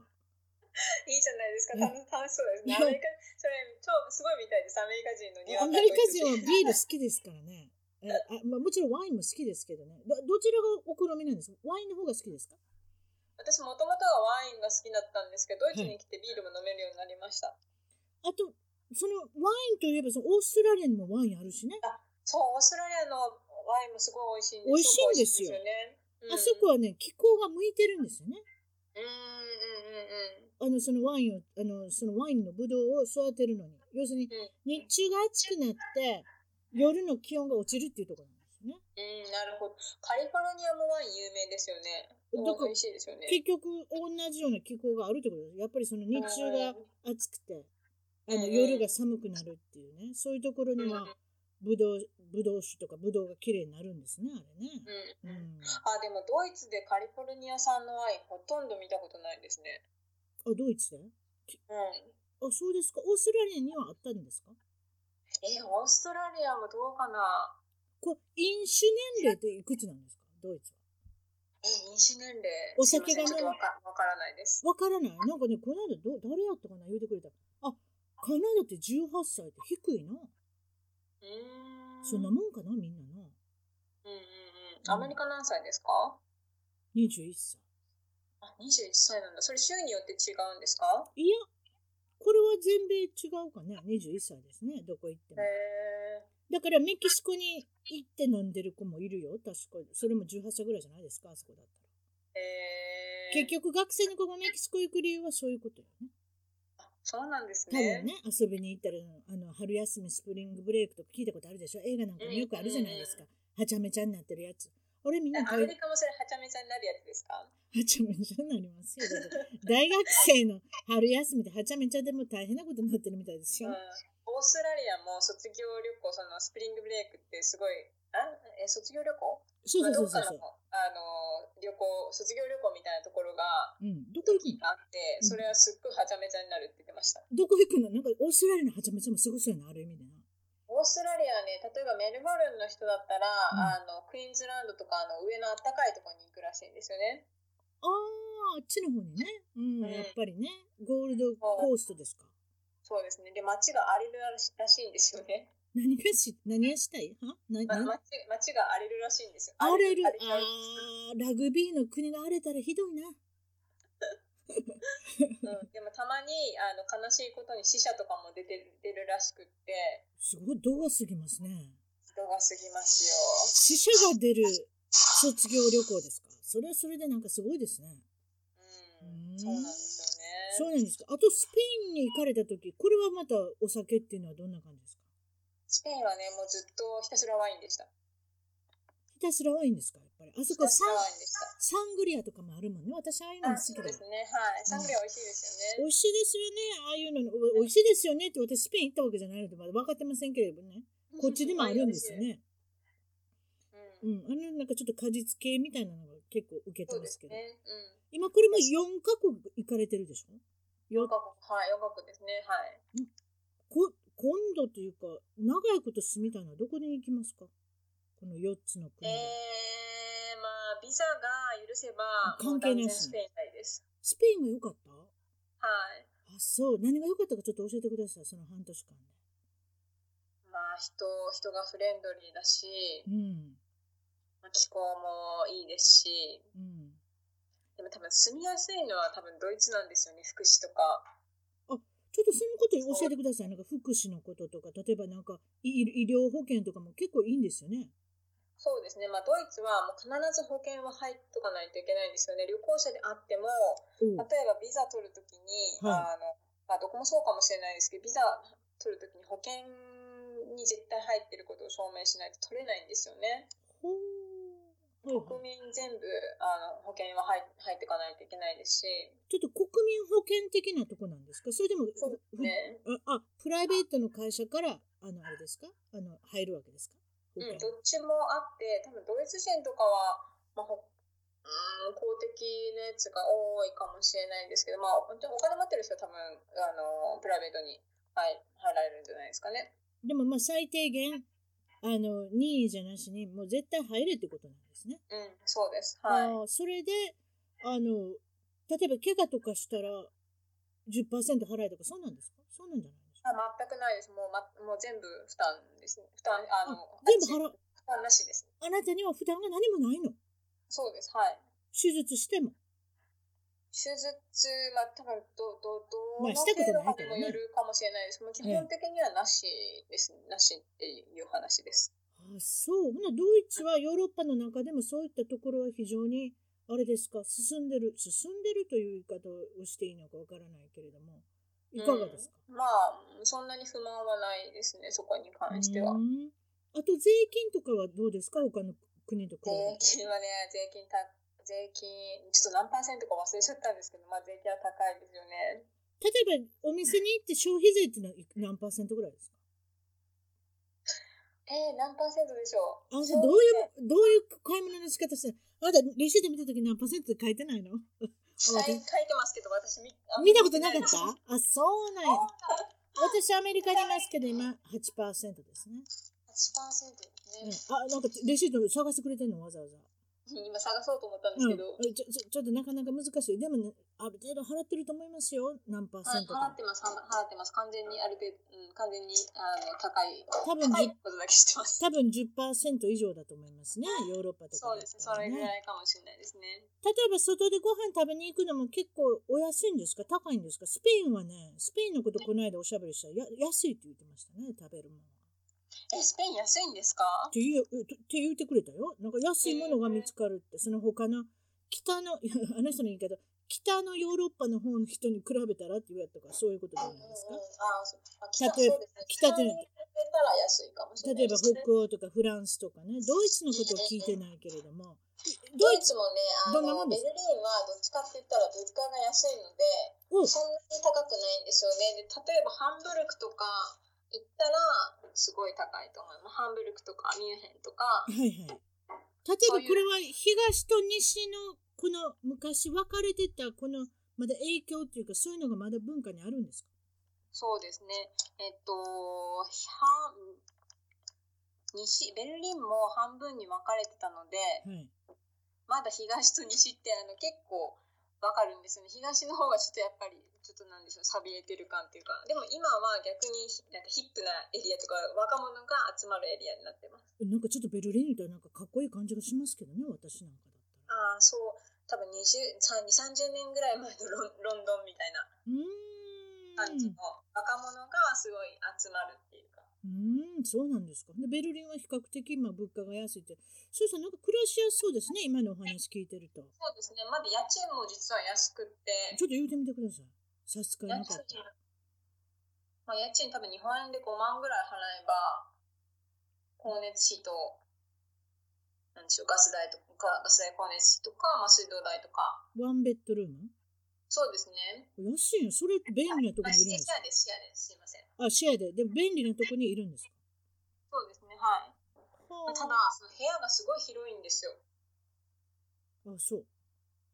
Speaker 2: いいじゃないですか。
Speaker 1: い
Speaker 2: 楽
Speaker 1: や
Speaker 2: 楽しそうです
Speaker 1: い
Speaker 2: ね。
Speaker 1: や
Speaker 2: アメリカ、それ、超すごいみたいです。アメリカ人のにわ
Speaker 1: ア
Speaker 2: か
Speaker 1: メリカ
Speaker 2: ドイツ
Speaker 1: 人はビール好きですからね。えあまあ、もちろんワインも好きですけどね。どどちらがお好みなんですかワインの方が好きですか
Speaker 2: 私もともとはワインが好きだったんですけど、ドイツに来てビールも飲めるようになりました。
Speaker 1: あと、そのワインといえばそのオーストラリアにもワインあるしね。
Speaker 2: そう、オーストラリアのワインもすごい美味しいん
Speaker 1: 美味
Speaker 2: で
Speaker 1: しいんですよ
Speaker 2: ごい美味しいんですよね。うん
Speaker 1: あそこはね、気候が向いてるんですよね。
Speaker 2: うん
Speaker 1: あ
Speaker 2: うんうんうん。
Speaker 1: の、そのワインを、あの、そのワインのブドウを育てるのに。要するに
Speaker 2: うん、
Speaker 1: 日中が暑くなって、夜の気温が落ちるっていうところなんですよね。
Speaker 2: うん、なるほど。カリフォルニアもワイン有名ですよね。
Speaker 1: どこ
Speaker 2: 美味しいですよね。
Speaker 1: 結局、同じような気候があるってことです。やっぱりその日中が
Speaker 2: うん
Speaker 1: 暑くて、あの、
Speaker 2: うん
Speaker 1: 夜が寒くなるっていうね。そういうところには、ブドウ、ブドウ酒とかブドウが綺麗になるんですね、あれね。
Speaker 2: うん
Speaker 1: う
Speaker 2: うん。
Speaker 1: ん。あ、
Speaker 2: あ、でもドイツでカリフォルニア産のワインほとんど見たことないですね。
Speaker 1: ドイツで
Speaker 2: うん。
Speaker 1: あ、そうですか。オーストラリアにはあったんですか
Speaker 2: え、オーストラリアもどうかな
Speaker 1: こう、飲酒年齢っていくつなんですかドイツは。
Speaker 2: え、飲酒年齢。
Speaker 1: お酒がね
Speaker 2: すいませんちょっとわかわからないです。
Speaker 1: わからない。なんかね、この間ど、誰やったかな言うてくれた。あ、カナダって18歳って低いな。
Speaker 2: うーん。
Speaker 1: そんなもんかなみんなな。
Speaker 2: うんうんうん。アメリカ何歳ですか
Speaker 1: 21歳。
Speaker 2: あ、21歳なんだ。それ州によって違うんですか
Speaker 1: いや、これは全米違うかね。21歳ですね。どこ行って
Speaker 2: へ
Speaker 1: も。
Speaker 2: え。
Speaker 1: だからメキシコに行って飲んでる子もいるよ。確かそれも18歳ぐらいじゃないですかあそこだったら。
Speaker 2: へえ。
Speaker 1: 結局学生の子がメキシコ行く理由はそういうことよね。
Speaker 2: そうなんです
Speaker 1: 多分
Speaker 2: ね。
Speaker 1: ね、遊びに行ったら、あの、春休み、スプリングブレイクとか聞いたことあるでしょ映画なんかもよくあるじゃないですか。はちゃめちゃになってるやつ。俺みんな
Speaker 2: ア
Speaker 1: 大
Speaker 2: メリカもそれはちゃめちゃになるやつですか
Speaker 1: はちゃめちゃになりますよ。だって大学生の春休みではちゃめちゃでも大変なことになってるみたいですよ。
Speaker 2: うん、オーストラリアも卒業旅行そのスプリングブレイクってすごいあえ卒業旅行
Speaker 1: そうそうそうそうそ
Speaker 2: まあどっか
Speaker 1: う。
Speaker 2: のあの旅行卒業旅行みたいなところが
Speaker 1: うん、どこ行く
Speaker 2: あって
Speaker 1: うん
Speaker 2: それはすっごいはちゃめちゃになるって言ってました、
Speaker 1: どこ行くのなんかオーストラリアのはちゃめちゃもすごそうやな、ある意味でな。
Speaker 2: オーストラリアはね例えばメルボルンの人だったら、あのクイーンズランドとかあの上のあったかいところに行くらしいんですよね
Speaker 1: ああ、あっちの方にね。うん、
Speaker 2: うん
Speaker 1: やっぱりね。ゴールドコーストですか。
Speaker 2: そうですねで街が荒れるらしらしいんですよね、
Speaker 1: 何がし、何がしたいはな、
Speaker 2: ま、
Speaker 1: な、
Speaker 2: 街街が荒れるらしいんですよ
Speaker 1: 荒れる。あ
Speaker 2: 荒れる
Speaker 1: あー、ラグビーの国が荒れたらひどいな。
Speaker 2: うん、でもたまにあの悲しいことに死者とかも出てる出るらしくって
Speaker 1: すごい、度が過ぎますね。
Speaker 2: 人が過ぎますよ
Speaker 1: 死者が出る卒業旅行ですか。それはそれでなんかすごいですね。
Speaker 2: うん、
Speaker 1: うん
Speaker 2: そうなんです
Speaker 1: そ
Speaker 2: よ
Speaker 1: う
Speaker 2: ね
Speaker 1: なんですか。あとスペインに行かれた時、これはまたお酒っていうのはどんな感じですか
Speaker 2: スペインはねもうずっとひたすらワインでした
Speaker 1: ひたすらワインですかやっぱり。あそ
Speaker 2: ひ
Speaker 1: こ
Speaker 2: た
Speaker 1: サ
Speaker 2: すら
Speaker 1: ン
Speaker 2: ワインでし
Speaker 1: サ
Speaker 2: た
Speaker 1: ングリアとかもあるもんね。私ああいうの
Speaker 2: あ
Speaker 1: 好き
Speaker 2: そう
Speaker 1: だ
Speaker 2: です。ねはいサングリア美味しいです
Speaker 1: 美
Speaker 2: よね、
Speaker 1: 味しいですよね。ああいうのの、お美味しいですよねって私スペイン行ったわけじゃないのでまだ分かってませんけれどね。こっちでもあるんですよね。
Speaker 2: ワイン
Speaker 1: う
Speaker 2: 美味しい、
Speaker 1: ん。あの
Speaker 2: うん
Speaker 1: なんかちょっと果実系みたいなのが結構受けて
Speaker 2: そ
Speaker 1: ま
Speaker 2: うですす
Speaker 1: けど。
Speaker 2: ねうん
Speaker 1: 今これも4カ国行かれてるでしょ
Speaker 2: 四カ国はい四カ国ですねはい
Speaker 1: こ今度というか長いこと住みたいのはどこに行きますかこの4つの国、
Speaker 2: えー、まあビザが許せば
Speaker 1: 関係ないで
Speaker 2: もう断然
Speaker 1: す
Speaker 2: スペイン行きたいです
Speaker 1: スペインが良かったあ
Speaker 2: はい
Speaker 1: そう何が良かったかちょっと教えてくださいその半年間
Speaker 2: まあ人人がフレンドリーだし
Speaker 1: でうん
Speaker 2: まあ気候もいいですし、
Speaker 1: うん
Speaker 2: でも多分住みやすいのは多分ドイツなんですよね、福祉とか。
Speaker 1: ちょっとそのこと教えてくださいなんか福祉のこととか例えばなんか医医療保険とかも結構いいんですよね
Speaker 2: そうですね、まあ、ドイツはもう必ず保険は入っとかないといけないんですよね。旅行者であっても、
Speaker 1: お
Speaker 2: 例
Speaker 1: う
Speaker 2: えばビザ取るときに、
Speaker 1: は
Speaker 2: あのまあ、どこもそうかもしれないですけど、ビザ取るときに保険に絶対入ってることを証明しないと取れないんですよね。
Speaker 1: ほうはい
Speaker 2: 国
Speaker 1: はい
Speaker 2: 民全部あの保険は入入っていかないといけないですし、
Speaker 1: ちょっと国民保険的なとこなんですかそれでも
Speaker 2: そうですね。
Speaker 1: ああプライベートの会社からあのあれですかあの入るわけですか保
Speaker 2: うん、
Speaker 1: 険
Speaker 2: どっちもあって多分ドイツ人とかは、まあ、ほうーん公的なやつが多いかもしれないんですけど、まあ、本当にお金持ってる人は多分あのプライベートに入入られるんじゃないですかね。
Speaker 1: でもまあ最低限あの任意じゃなしにもう絶対入れってことなんですね。
Speaker 2: うん、そうです。はい。
Speaker 1: あーそれであの例えば怪我とかしたら10%払えとか、そうなんですかそうなんじゃないですか
Speaker 2: あ全くないです。もう,、ま、もう全部負担ですね。負担、あの、
Speaker 1: 全部払う。
Speaker 2: 負担なしです。
Speaker 1: あなたには負担が何もないの。
Speaker 2: そうです。はい。
Speaker 1: 手術しても。
Speaker 2: 手術、まあ、多分ど、ど、ど
Speaker 1: まあ
Speaker 2: の
Speaker 1: したこと
Speaker 2: 程度
Speaker 1: ない
Speaker 2: ま
Speaker 1: か
Speaker 2: で
Speaker 1: ら
Speaker 2: も
Speaker 1: ね
Speaker 2: よるかもしれないです。もう基本的にはなしです、なしっていう話です。
Speaker 1: あ、そう。ほな、ドイツはヨーロッパの中でもそういったところは非常に、あれですか、進んでる、進んでるという言い方をしていいのかわからないけれども、いかがですか、
Speaker 2: うんまあ、そんなに不満はないですね、そこに関しては
Speaker 1: う。んあと税金とかはどうですか他の国と比べ
Speaker 2: 税
Speaker 1: て。
Speaker 2: 金はね、税金た、税金、ちょっと何パーセントか忘れちゃったんですけど、まあ、税金は高いですよね。
Speaker 1: 例えばお店に行って消費税っていうのは何パーセントぐらいですか
Speaker 2: えー、何パーセントでしょ
Speaker 1: あ
Speaker 2: う
Speaker 1: なたどういう、どういう買い物の仕方してるあなたレシート見た時何パーセントって書いてないの
Speaker 2: 書い書いてますけど、私見あ
Speaker 1: 見たことなかっ
Speaker 2: 見ていです
Speaker 1: たあ、そうなんや。私アメリカにいますけど今8%ですね。
Speaker 2: 8%
Speaker 1: うん
Speaker 2: ですね。
Speaker 1: あ、なんかレシート探してくれてんのわざわざ。
Speaker 2: 今探そうと思ったんで
Speaker 1: うん、え
Speaker 2: すけど、
Speaker 1: ちょちょちょっとなかなか難しい。でもね、ある程度払ってると思いますよ。何パーセ
Speaker 2: はい
Speaker 1: ントか。
Speaker 2: 払ってます、払払ってます。完全にある程度、うん、完全にあの高い、
Speaker 1: 多分10
Speaker 2: 高いことだけしてます。
Speaker 1: 多分10%以上だと思いますね、ヨーロッパとか
Speaker 2: そう
Speaker 1: だっ
Speaker 2: です、
Speaker 1: た
Speaker 2: そ
Speaker 1: らね
Speaker 2: れぐらいかもしれないですね。
Speaker 1: 例えば外でご飯食べに行くのも結構お安いんですか高いんですかスペインはね、スペインのことこの間おしゃべりしたらや安いって言ってましたね、食べるものは。
Speaker 2: え、スペイン安いんですか
Speaker 1: って言うって言ってくれたよ。なんか安いものが見つかるって、その他の北の、 あの人の言い方、北のヨーロッパの方の人に比べたらって言われたからそういうことじゃ
Speaker 2: うん
Speaker 1: な
Speaker 2: う
Speaker 1: い
Speaker 2: んうん
Speaker 1: ですか。
Speaker 2: あそうあ北
Speaker 1: 例えば
Speaker 2: そうですね
Speaker 1: 北という
Speaker 2: に
Speaker 1: の
Speaker 2: 比べたら安いかもしれな
Speaker 1: 例え
Speaker 2: い
Speaker 1: ば
Speaker 2: ですね。
Speaker 1: 北欧とかフランスとかね、ドイツのことを聞いてないけれども、ド
Speaker 2: ド
Speaker 1: イ
Speaker 2: イ
Speaker 1: ツ
Speaker 2: ツもね、あ
Speaker 1: どんなも
Speaker 2: の
Speaker 1: んで
Speaker 2: ベ
Speaker 1: す
Speaker 2: ルリンはどっちかって言ったら物価が安いので、
Speaker 1: を
Speaker 2: そんなに高くないんですよね。で例えばハンブルクとか行ったらすごい高いと思います。ハンブルクとかミュンヘンとか
Speaker 1: はいはい。例えば
Speaker 2: そういう
Speaker 1: これは東と西のこの昔分かれてたこのまだ影響というかそういうのがまだ文化にあるんですか
Speaker 2: そうですね。えっと、は西ベルリンも半分に分かれてたので、
Speaker 1: はい。
Speaker 2: まだ東と西ってあの結構わかるんですよね。東の方がちょっとやっぱりちょっとなんでしょう、寂れてる感っていうか。でも今は逆になんかヒップなエリアとか若者が集まるエリアになってます。
Speaker 1: なんかちょっとベルリンみたいなんかかっこいい感じがしますけどね、私なんかだったら。
Speaker 2: ああ、そう。多分20、さ20 30年ぐらい前のロンロンドンみたいな
Speaker 1: うー
Speaker 2: 感じ
Speaker 1: ん
Speaker 2: の。若者がすごい集まるっていうか。
Speaker 1: うーん、そうなんですか。で、ベルリンは比較的今物価が安いって。そうそう、なんか暮らしやすそうですね、今のお話聞いてると。
Speaker 2: そうですね。まだ家賃も実は安くって。
Speaker 1: ちょっと言うてみてください。差し支え
Speaker 2: 家
Speaker 1: なかっ
Speaker 2: 賃
Speaker 1: た。、
Speaker 2: まあ、家賃多分日本円で5万ぐらい払えば光熱費となんでしょうガス代とかガス代光熱費とか、まあ、水道代とか
Speaker 1: ワンベッドルーム
Speaker 2: そうですね
Speaker 1: 安いよ。それって便利なとこ
Speaker 2: あ
Speaker 1: にい
Speaker 2: シ
Speaker 1: るんですか
Speaker 2: ェアですシェアですすいません
Speaker 1: あ、シェアで。でも便利なとこにいるんですか
Speaker 2: そうですねはい、まあ、ただ
Speaker 1: あ
Speaker 2: その部屋がすごい広いんですよ、
Speaker 1: そう。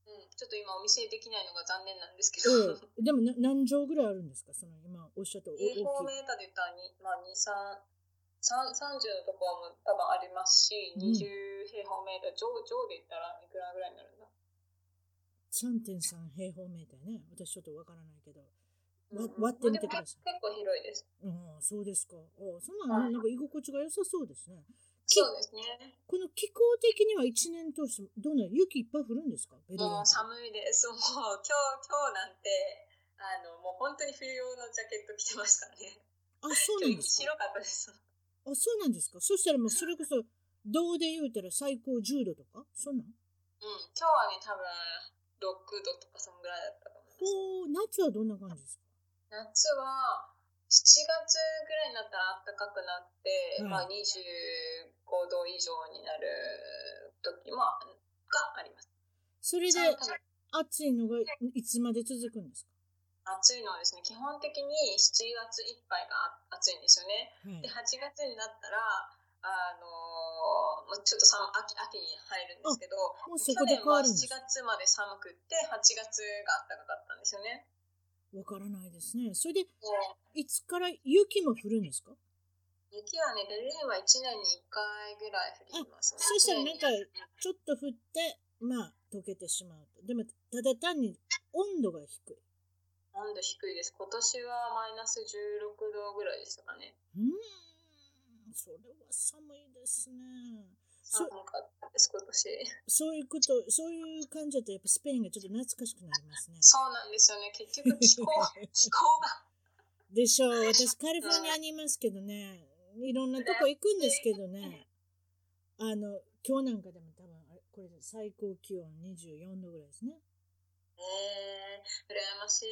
Speaker 2: うん、ちょっと今お見せできないのが残念なんですけ
Speaker 1: え
Speaker 2: ど、
Speaker 1: えでもな何畳ぐらいあるんですかその今おっしゃったお大きい
Speaker 2: 平方メーターで言ったらに、まあ、2 3 3 30のところも多分ありますし、
Speaker 1: うん
Speaker 2: 20平方メーター、上上で言ったらいくらぐらいになるんだ
Speaker 1: 3.3平方メーターね。私ちょっとわからないけど。わ
Speaker 2: うん
Speaker 1: 割ってみてください。
Speaker 2: でも結構広いです。
Speaker 1: うん、そうですか。あそんなの、
Speaker 2: はい
Speaker 1: なんか居心地が良さそうですね。き
Speaker 2: そうですね。
Speaker 1: この気候的には一年通してどうなの雪いっぱい降るんですかベルリン
Speaker 2: もう寒いです。もう今日今日なんてあのもう本当に冬用のジャケット着てましたね。
Speaker 1: あ、そうなん
Speaker 2: 今
Speaker 1: で
Speaker 2: 日
Speaker 1: すか。
Speaker 2: 白かったです。
Speaker 1: あ、そうなんですか。そしたらもうそれこそ、銅で言うたら最高10度とかそんなん
Speaker 2: うん、今日はね多分六度とかそんぐらいだったと思います。
Speaker 1: ほう、夏はどんな感じですか
Speaker 2: 夏は7月ぐらいになったら暖かくなって、
Speaker 1: うん
Speaker 2: まあ25度以上になる時もあがあります。
Speaker 1: それで
Speaker 2: 多分
Speaker 1: 暑いのがいつまで続くんです
Speaker 2: 暑いのはですね、基本的に7月いっぱいが暑いんですよね。
Speaker 1: か、はい
Speaker 2: で、8月になったら、あのーもうちょっと寒秋秋に入るんですけど、
Speaker 1: もうそ
Speaker 2: 去
Speaker 1: こで
Speaker 2: 年
Speaker 1: 変わ
Speaker 2: は
Speaker 1: るんです
Speaker 2: 7
Speaker 1: か
Speaker 2: 月まで寒くって、8月が暖かかったんですよね。
Speaker 1: わからないですね。それで、
Speaker 2: で
Speaker 1: いつから雪も降るんですか
Speaker 2: 雪はね、ベルリンは1年に1回ぐらい降りますね。
Speaker 1: そしたらなんか
Speaker 2: 一年に
Speaker 1: ちょっと降って、まあ、溶けてしまうと。でも、ただ単に温度が低い。
Speaker 2: 温度低いです。今年はマイナス16度ぐらいでしたかね。
Speaker 1: うーん、それは寒いですね。そ
Speaker 2: 寒かったです、今年。
Speaker 1: そういうこと、そういう感じだと、やっぱスペインがちょっと懐かしくなりますね。
Speaker 2: そうなんですよね。結局気 候、気候が。
Speaker 1: でしょう、私、カリフォルニアにいますけどね、いろんなとこ行くんですけどね、あの、今日なんかでも多分、あれこれ最高気温24度ぐらいですね。
Speaker 2: えー、羨ましい。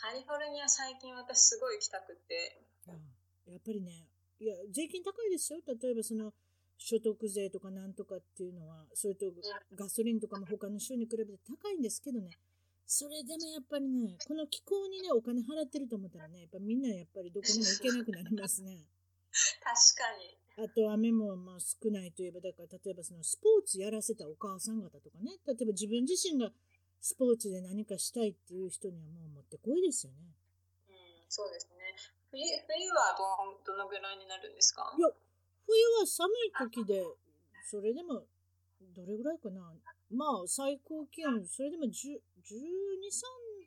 Speaker 2: カリフォルニア最近私すごい行きたくて。
Speaker 1: うんやっぱりね、いや、税金高いですよ。例えばその所得税とかなんとかっていうのは、それとガソリンとかも他の州に比べて高いんですけどね、それでもやっぱりね、この気候にね、お金払ってると思ったらね、やっぱみんなやっぱりどこにも行けなくなります ね。
Speaker 2: 確かに。
Speaker 1: あと雨もまあ少ないといえば、だから例えばそのスポーツやらせたお母さん方とかね、例えば自分自身がスポーツで何かしたいっていう人にはもう持ってこいですよね。
Speaker 2: うん、そうですね。冬冬はどんどのぐらいになるんですか
Speaker 1: いや、冬は寒い時で、それでも、どれぐらいかな、まあ、最高気温、それでも10 12、3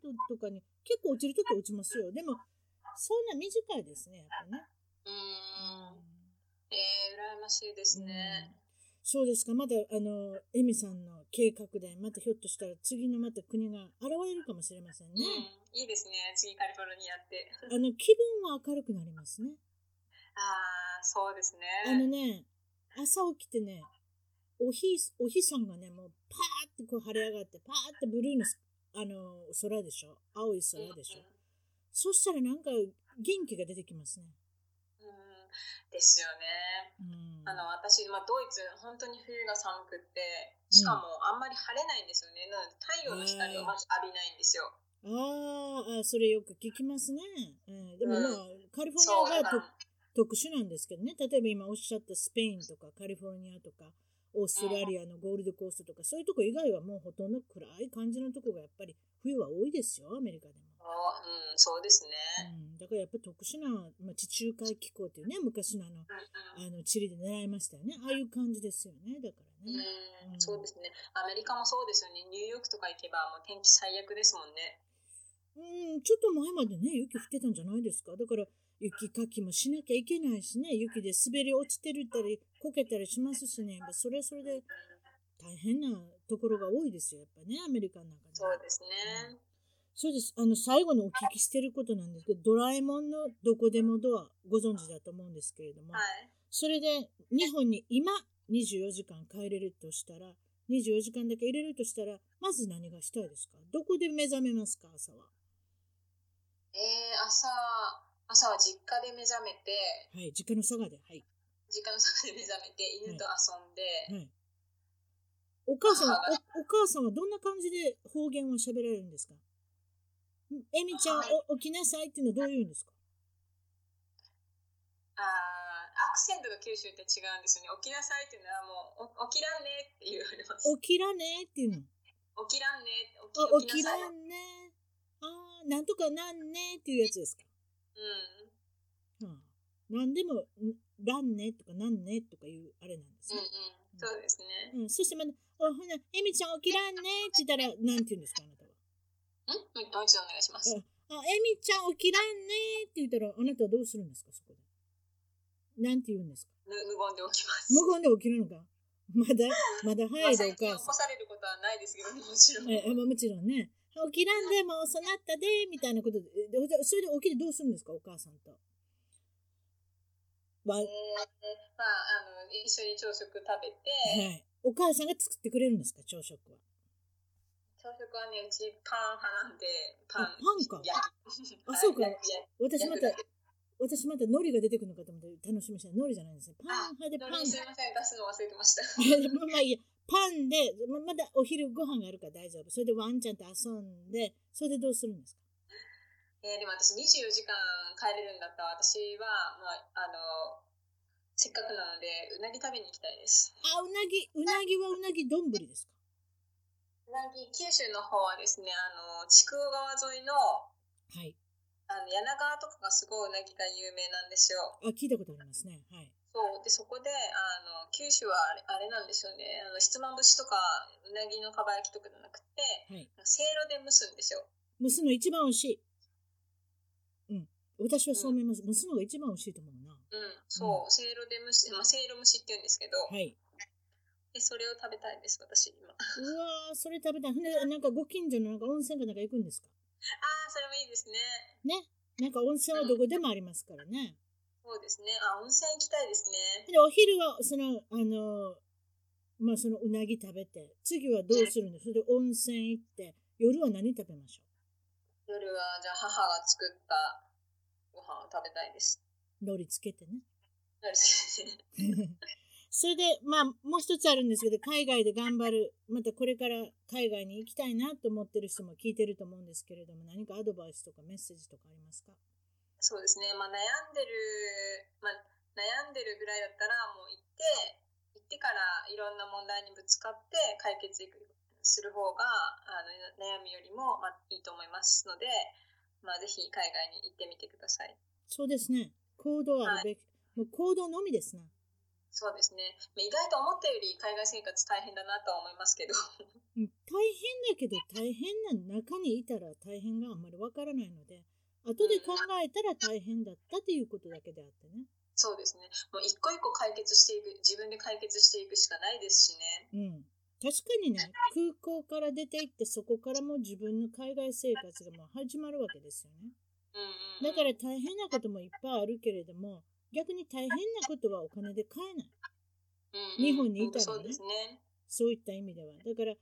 Speaker 1: 度とかに、結構落ちる時は落ちますよ。でも、そんな短いですね、やっぱね。
Speaker 2: うーん。えー、羨ましいですね。
Speaker 1: そうですか、まだ、あの、エミさんの計画で、またひょっとしたら次のまた国が現れるかもしれません
Speaker 2: うん、
Speaker 1: ね。
Speaker 2: いいですね。次カリフォルニアって。
Speaker 1: あの、気分は明るくなりますね。
Speaker 2: ああ、そうですね。
Speaker 1: あのね、朝起きてね、お日、お日さんがね、もうパーってこう晴れ上がって、パーってブルーのす、あの、空でしょ青い空でしょ、そしたらなんか元気が出てきますね。
Speaker 2: うん、うんですよね。
Speaker 1: うん。
Speaker 2: あの私、まあ、ドイツ、本当に冬が寒くって、しかもあんまり晴れないんですよね。なので、太陽の光をまず浴びないんですよ。
Speaker 1: あーあー、それよく聞きますね。うん、でもまあ、
Speaker 2: う
Speaker 1: カリフ
Speaker 2: そう
Speaker 1: ォルニ
Speaker 2: だ
Speaker 1: ア
Speaker 2: か
Speaker 1: が
Speaker 2: ら
Speaker 1: と特殊なんですけどね。例えば今おっしゃったスペインとかカリフォルニアとか、オーストラリアのゴールドコーストとか、そういうとこ以外はもうほとんど暗い感じのとこがやっぱり冬は多いですよ、アメリカでも。
Speaker 2: おうん、そうですね。
Speaker 1: うん、だからやっぱ特殊な、まあ、地中海気候っていうね昔のあの
Speaker 2: うん
Speaker 1: あの地理で狙いましたよねああいう感じですよねだからね、う
Speaker 2: うんうんん、そうですね。アメリカもそうですよね。ニューヨークとか行けばもう天気最悪ですもんね。
Speaker 1: うん、ちょっと前までね雪降ってたんじゃないですかだから雪かきもしなきゃいけないしね雪で滑り落ちてるったりこけたりしますしねやっぱそれはそれで大変なところが多いですよやっぱねアメリカの中で
Speaker 2: そうですね。
Speaker 1: そうですあの最後にお聞きしてることなんですけどドラえもんの「どこでもドア」ご存知だと思うんですけれども、
Speaker 2: はい。
Speaker 1: それで日本に今24時間帰れるとしたら24時間だけ入れるとしたらまず何がしたいですかどこで目覚めますか朝は
Speaker 2: えー、朝、朝は実家で目覚めて、
Speaker 1: はい実家の佐賀ではい、
Speaker 2: 実家の外で目覚めて、犬と遊んで、
Speaker 1: はい、お母さんは
Speaker 2: 母
Speaker 1: おお母さんはどんな感じで方言を喋られるんですかんえみちゃん
Speaker 2: はい
Speaker 1: お起きなさいっていうのはどういうんですか
Speaker 2: あーアクセントが九州って違うんですよね。起きなさいっていうのはもう、お起きらんねって言われます。
Speaker 1: 起きらねーっていうの
Speaker 2: 起きらんね
Speaker 1: あ
Speaker 2: 起
Speaker 1: 起き
Speaker 2: き起きな
Speaker 1: ら
Speaker 2: さい。う
Speaker 1: ん
Speaker 2: ん。
Speaker 1: ねーあーなんとかなんねーっていうやつですか
Speaker 2: う
Speaker 1: うん何でもん「らんね」とか「なんね」とかいうあれなんですね
Speaker 2: んうん。そうですね。
Speaker 1: うん、そしてまだ、あほな、エミちゃん起きらんねって言ったら、なんて言うんですか、あなたは。
Speaker 2: んもう一度お願いします。
Speaker 1: あ、エミちゃん起きらんねって言ったら、あなたはどうするんですか、そこで。なんて言うんですか。
Speaker 2: 無無言で起きます。
Speaker 1: 無言で起きるのか。まだ、まだ
Speaker 2: ま
Speaker 1: 早
Speaker 2: あ、
Speaker 1: いで、
Speaker 2: 最
Speaker 1: お母
Speaker 2: 近起こ
Speaker 1: さ
Speaker 2: されることはないですけど、もちろん。
Speaker 1: ん。え、まあ、もちろんね。起きらんでも、そなったで、みたいなことで、ででそれで起きてどうするんですか、お母さんと。わ、は
Speaker 2: えーまあ、あの一緒に朝食食べて、
Speaker 1: い。お母さんが作ってくれるんですか、朝食は。
Speaker 2: 朝食はねうちパン派なんでパ
Speaker 1: あ
Speaker 2: ン
Speaker 1: パンか
Speaker 2: 焼き
Speaker 1: あ そうか
Speaker 2: 焼き焼き
Speaker 1: 私また
Speaker 2: 焼くだけ、
Speaker 1: 私また海苔が出てくるのかと思って楽しみにした。海苔じゃないんですね。パン派でパ
Speaker 2: の
Speaker 1: ン
Speaker 2: りすいません出すの忘れてました
Speaker 1: いやでもまあいいやパンでままだお昼ご飯があるから大丈夫それでワンちゃんと遊んでそれでどうするんですか
Speaker 2: えーでも私24時間帰れるんだったら私は、まあ、あのせっかくなのでうなぎ食べに行きたいです
Speaker 1: あうなぎうなぎはうなぎ丼ですか
Speaker 2: うなぎ九州の方はですねあの筑後川沿いの
Speaker 1: はい
Speaker 2: あの柳川とかがすごいうなぎが有名なんですよ
Speaker 1: あ聞いたことありますねはい
Speaker 2: そうでそこであの九州はあれあれなんですよねあのひつまぶしとかうなぎのかば焼きとかじゃなくて
Speaker 1: はい
Speaker 2: せいろで蒸すんですよ
Speaker 1: 蒸すの一番おいしい私はそう思います。蒸すのが一番美味しいと思うな。
Speaker 2: うん、そう、せいろで蒸し、まあ、せいろ蒸しって言うんですけど、
Speaker 1: はい。
Speaker 2: でそれを食べたいです、私、今。あ
Speaker 1: うわー、それ食べたい。ほんで、なんかご近所のなんか温泉かなんか行くんですか
Speaker 2: あ、それもいいですね。
Speaker 1: なんか温泉はどこでもありますからね。
Speaker 2: そうですね。あ、温泉行きたいですね。
Speaker 1: で、お昼は、その、あの、まあ、そのうなぎ食べて、次はどうするんですそれで温泉行って、夜は何食べましょ
Speaker 2: 夜は、じゃあ、母が作ったご飯を食べたいです。
Speaker 1: う海苔つけてね。
Speaker 2: なるほど
Speaker 1: それで、まあ、もう一つあるんですけど、海外で頑張る、またこれから海外に行きたいなと思ってる人も聞いてると思うんですけれども、何かアドバイスとかメッセージとかありますか
Speaker 2: そうですね。まあ、悩んでる、まあ、悩んでるぐらいだったら、もう行って、行ってからいろんな問題にぶつかって解決する方が、あの、悩みよりも、まあ、いいと思いますので、まあ、ぜひ海外に行ってみてください。
Speaker 1: そうですね。行動あるべき。もう行動のみですな。
Speaker 2: そうですね。まあ意外と思ったより海外生活大変だなとは思いますけど。
Speaker 1: うん大変だけど、大変な中にいたら大変があんまりわからないので、後で考えたら大変だったということだけであってね。
Speaker 2: そうですね。もう一個一個解決していく、自分で解決していくしかないですしね。
Speaker 1: うん。確かにね、空港から出て行って、そこからもう自分の海外生活がもう始まるわけですよね。
Speaker 2: うんうん、
Speaker 1: だから
Speaker 2: うん、
Speaker 1: 大変なこともいっぱいあるけれども、逆に大変なことはお金で買えない。
Speaker 2: うん
Speaker 1: 日本にいたらね
Speaker 2: そうですね。
Speaker 1: そういった意味では。だから、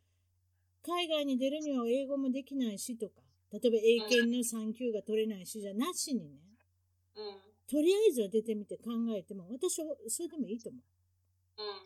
Speaker 1: 海外に出るには英語もできないしとか、例えば英検の3級が取れないしじゃなしにね、
Speaker 2: うん。うん。
Speaker 1: とりあえずは出てみて考えても、私はそれでもいいと思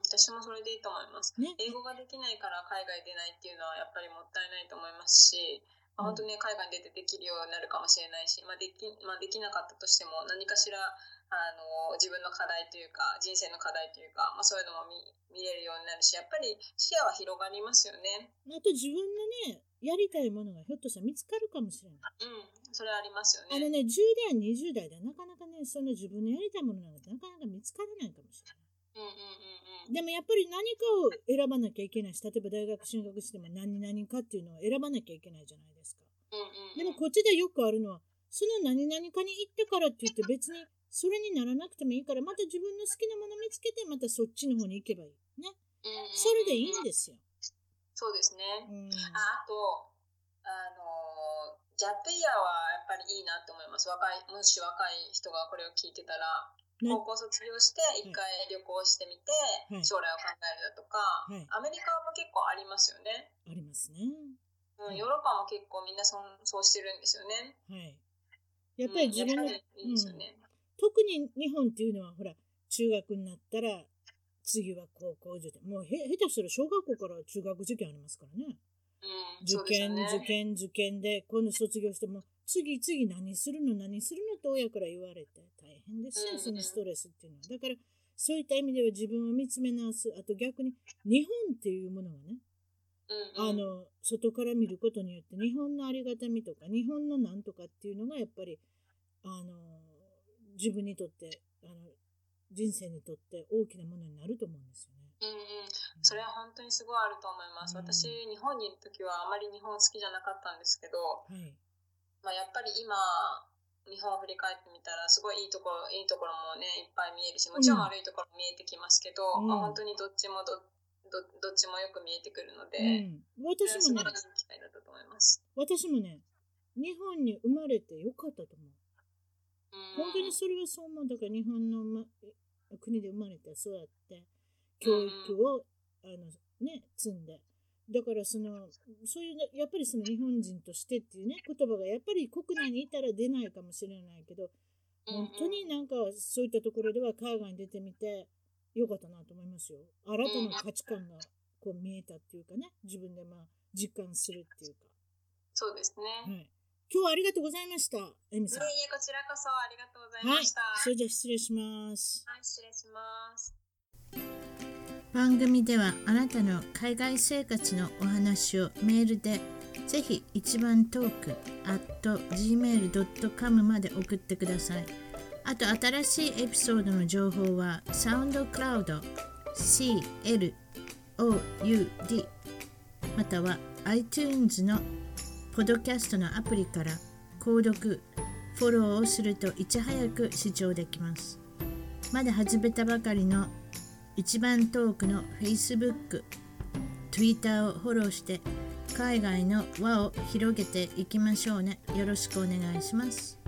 Speaker 2: 私もそれでいいと思います。
Speaker 1: う。ね。
Speaker 2: 英語ができないから海外出ないっていうのはやっぱりもったいないと思いますし、まあ、
Speaker 1: うん
Speaker 2: 本当にね海外に出てできるようになるかもしれないし、まあできまあ、できなかったとしても何かしらあの自分の課題というか人生の課題というか、まあ、そういうのも見見れるようになるしやっぱり視野は広がりますよね。
Speaker 1: あと自分のね、やりたいものがひょっとしたら見つかるかもしれない。
Speaker 2: うん、それはありますよ
Speaker 1: あのね、
Speaker 2: ね。
Speaker 1: 10代、20代ではなかなかね、その自分のやりたいものなんかなかなか見つからないかもしれない。
Speaker 2: うんうんうんうん。
Speaker 1: でもやっぱり何かを選ばなきゃいけないし、例えば大学進学しても何々かっていうのを選ばなきゃいけないじゃないですか。
Speaker 2: うんうん
Speaker 1: でも
Speaker 2: うん
Speaker 1: こっちでよくあるのは、その何々かに行ったからって言って別にそれにならなくてもいいから、また自分の好きなもの見つけて、またそっちの方に行けばいい。ね。
Speaker 2: うんうんうん
Speaker 1: それでいいんですよ。
Speaker 2: そうですね。
Speaker 1: うん。
Speaker 2: ああと、あのーギャップイヤーはやっぱりいいなと思います。若い、もし若い人がこれを聞いてたら、
Speaker 1: ね
Speaker 2: 高校卒業して一回旅行してみて、
Speaker 1: はい
Speaker 2: 将来を考えるだとか、
Speaker 1: はい
Speaker 2: アメリカも結構ありますよね。
Speaker 1: ありますね。
Speaker 2: う
Speaker 1: はい
Speaker 2: ん、ヨーロッパも結構みんなそんそうしてるんですよね。
Speaker 1: はい。やっぱり自分
Speaker 2: う
Speaker 1: の
Speaker 2: んやっぱりいいですよね。
Speaker 1: 特に日本っていうのはほら中学になったら次は高校受験もうへ下手したら小学校から中学受験ありますからね
Speaker 2: うん、
Speaker 1: 受
Speaker 2: そうですよ
Speaker 1: 験、
Speaker 2: ね。
Speaker 1: 受験受験で今度卒業しても次次何するの何するのと親から言われて大変です
Speaker 2: うんう
Speaker 1: よ
Speaker 2: ん
Speaker 1: そのストレスっていうのはだからそういった意味では自分を見つめ直すあと逆に日本っていうものがね
Speaker 2: うん
Speaker 1: あ
Speaker 2: うん、
Speaker 1: の外から見ることによって日本のありがたみとか日本のなんとかっていうのがやっぱりあの自分にとってあの人生にとって大きなものになると思うんですよね。
Speaker 2: うんうん、それは本当にすごいあると思います。
Speaker 1: うん
Speaker 2: 私、日本にいる時はあまり日本好きじゃなかったんですけど、
Speaker 1: はい、
Speaker 2: まあ、やっぱり今日本を振り返ってみたらすごいいいところいいところもねいっぱい見えるしもちろ
Speaker 1: う
Speaker 2: ん
Speaker 1: ん
Speaker 2: 悪いところも見えてきますけど、
Speaker 1: うん
Speaker 2: まあ、本当にどっちもどどどっちもよく見えてくるの
Speaker 1: う
Speaker 2: で、
Speaker 1: ん、
Speaker 2: それは
Speaker 1: 私
Speaker 2: 素
Speaker 1: も
Speaker 2: 晴
Speaker 1: ね
Speaker 2: らしい機会だったと思います。
Speaker 1: 私もね日本に生まれてよかったと思う。
Speaker 2: うん
Speaker 1: 本当にそれはそう思うだから日本の、ま、国で生まれて育って教育を、あのね積んでだからそのそういうねやっぱりその日本人としてっていうね言葉がやっぱり国内にいたら出ないかもしれないけど
Speaker 2: うんうん
Speaker 1: 本当になんかそういったところでは海外に出てみてよかったなと思いますよ新たな価値観がこう見えたっていうかね自分でまあ実感するっていうか、
Speaker 2: そうです
Speaker 1: は
Speaker 2: ね。
Speaker 1: い、今日はありがとうございましたエミ
Speaker 2: いえ
Speaker 1: さん。
Speaker 2: いえこちらこそありがとうございました。
Speaker 1: それじゃあ失礼します。
Speaker 2: はい、失礼します。
Speaker 1: 番組ではあなたの海外生活のお話をメールでぜひ一番トーク gmail.com まで送ってくださいあと新しいエピソードの情報はサウンドクラウド CLOUD または iTunes のポドキャストのアプリから購読フォローをするといち早く視聴できますまだ始めたばかりの一番遠くの Facebook、Twitter をフォローして海外の輪を広げていきましょうねよろしくお願いします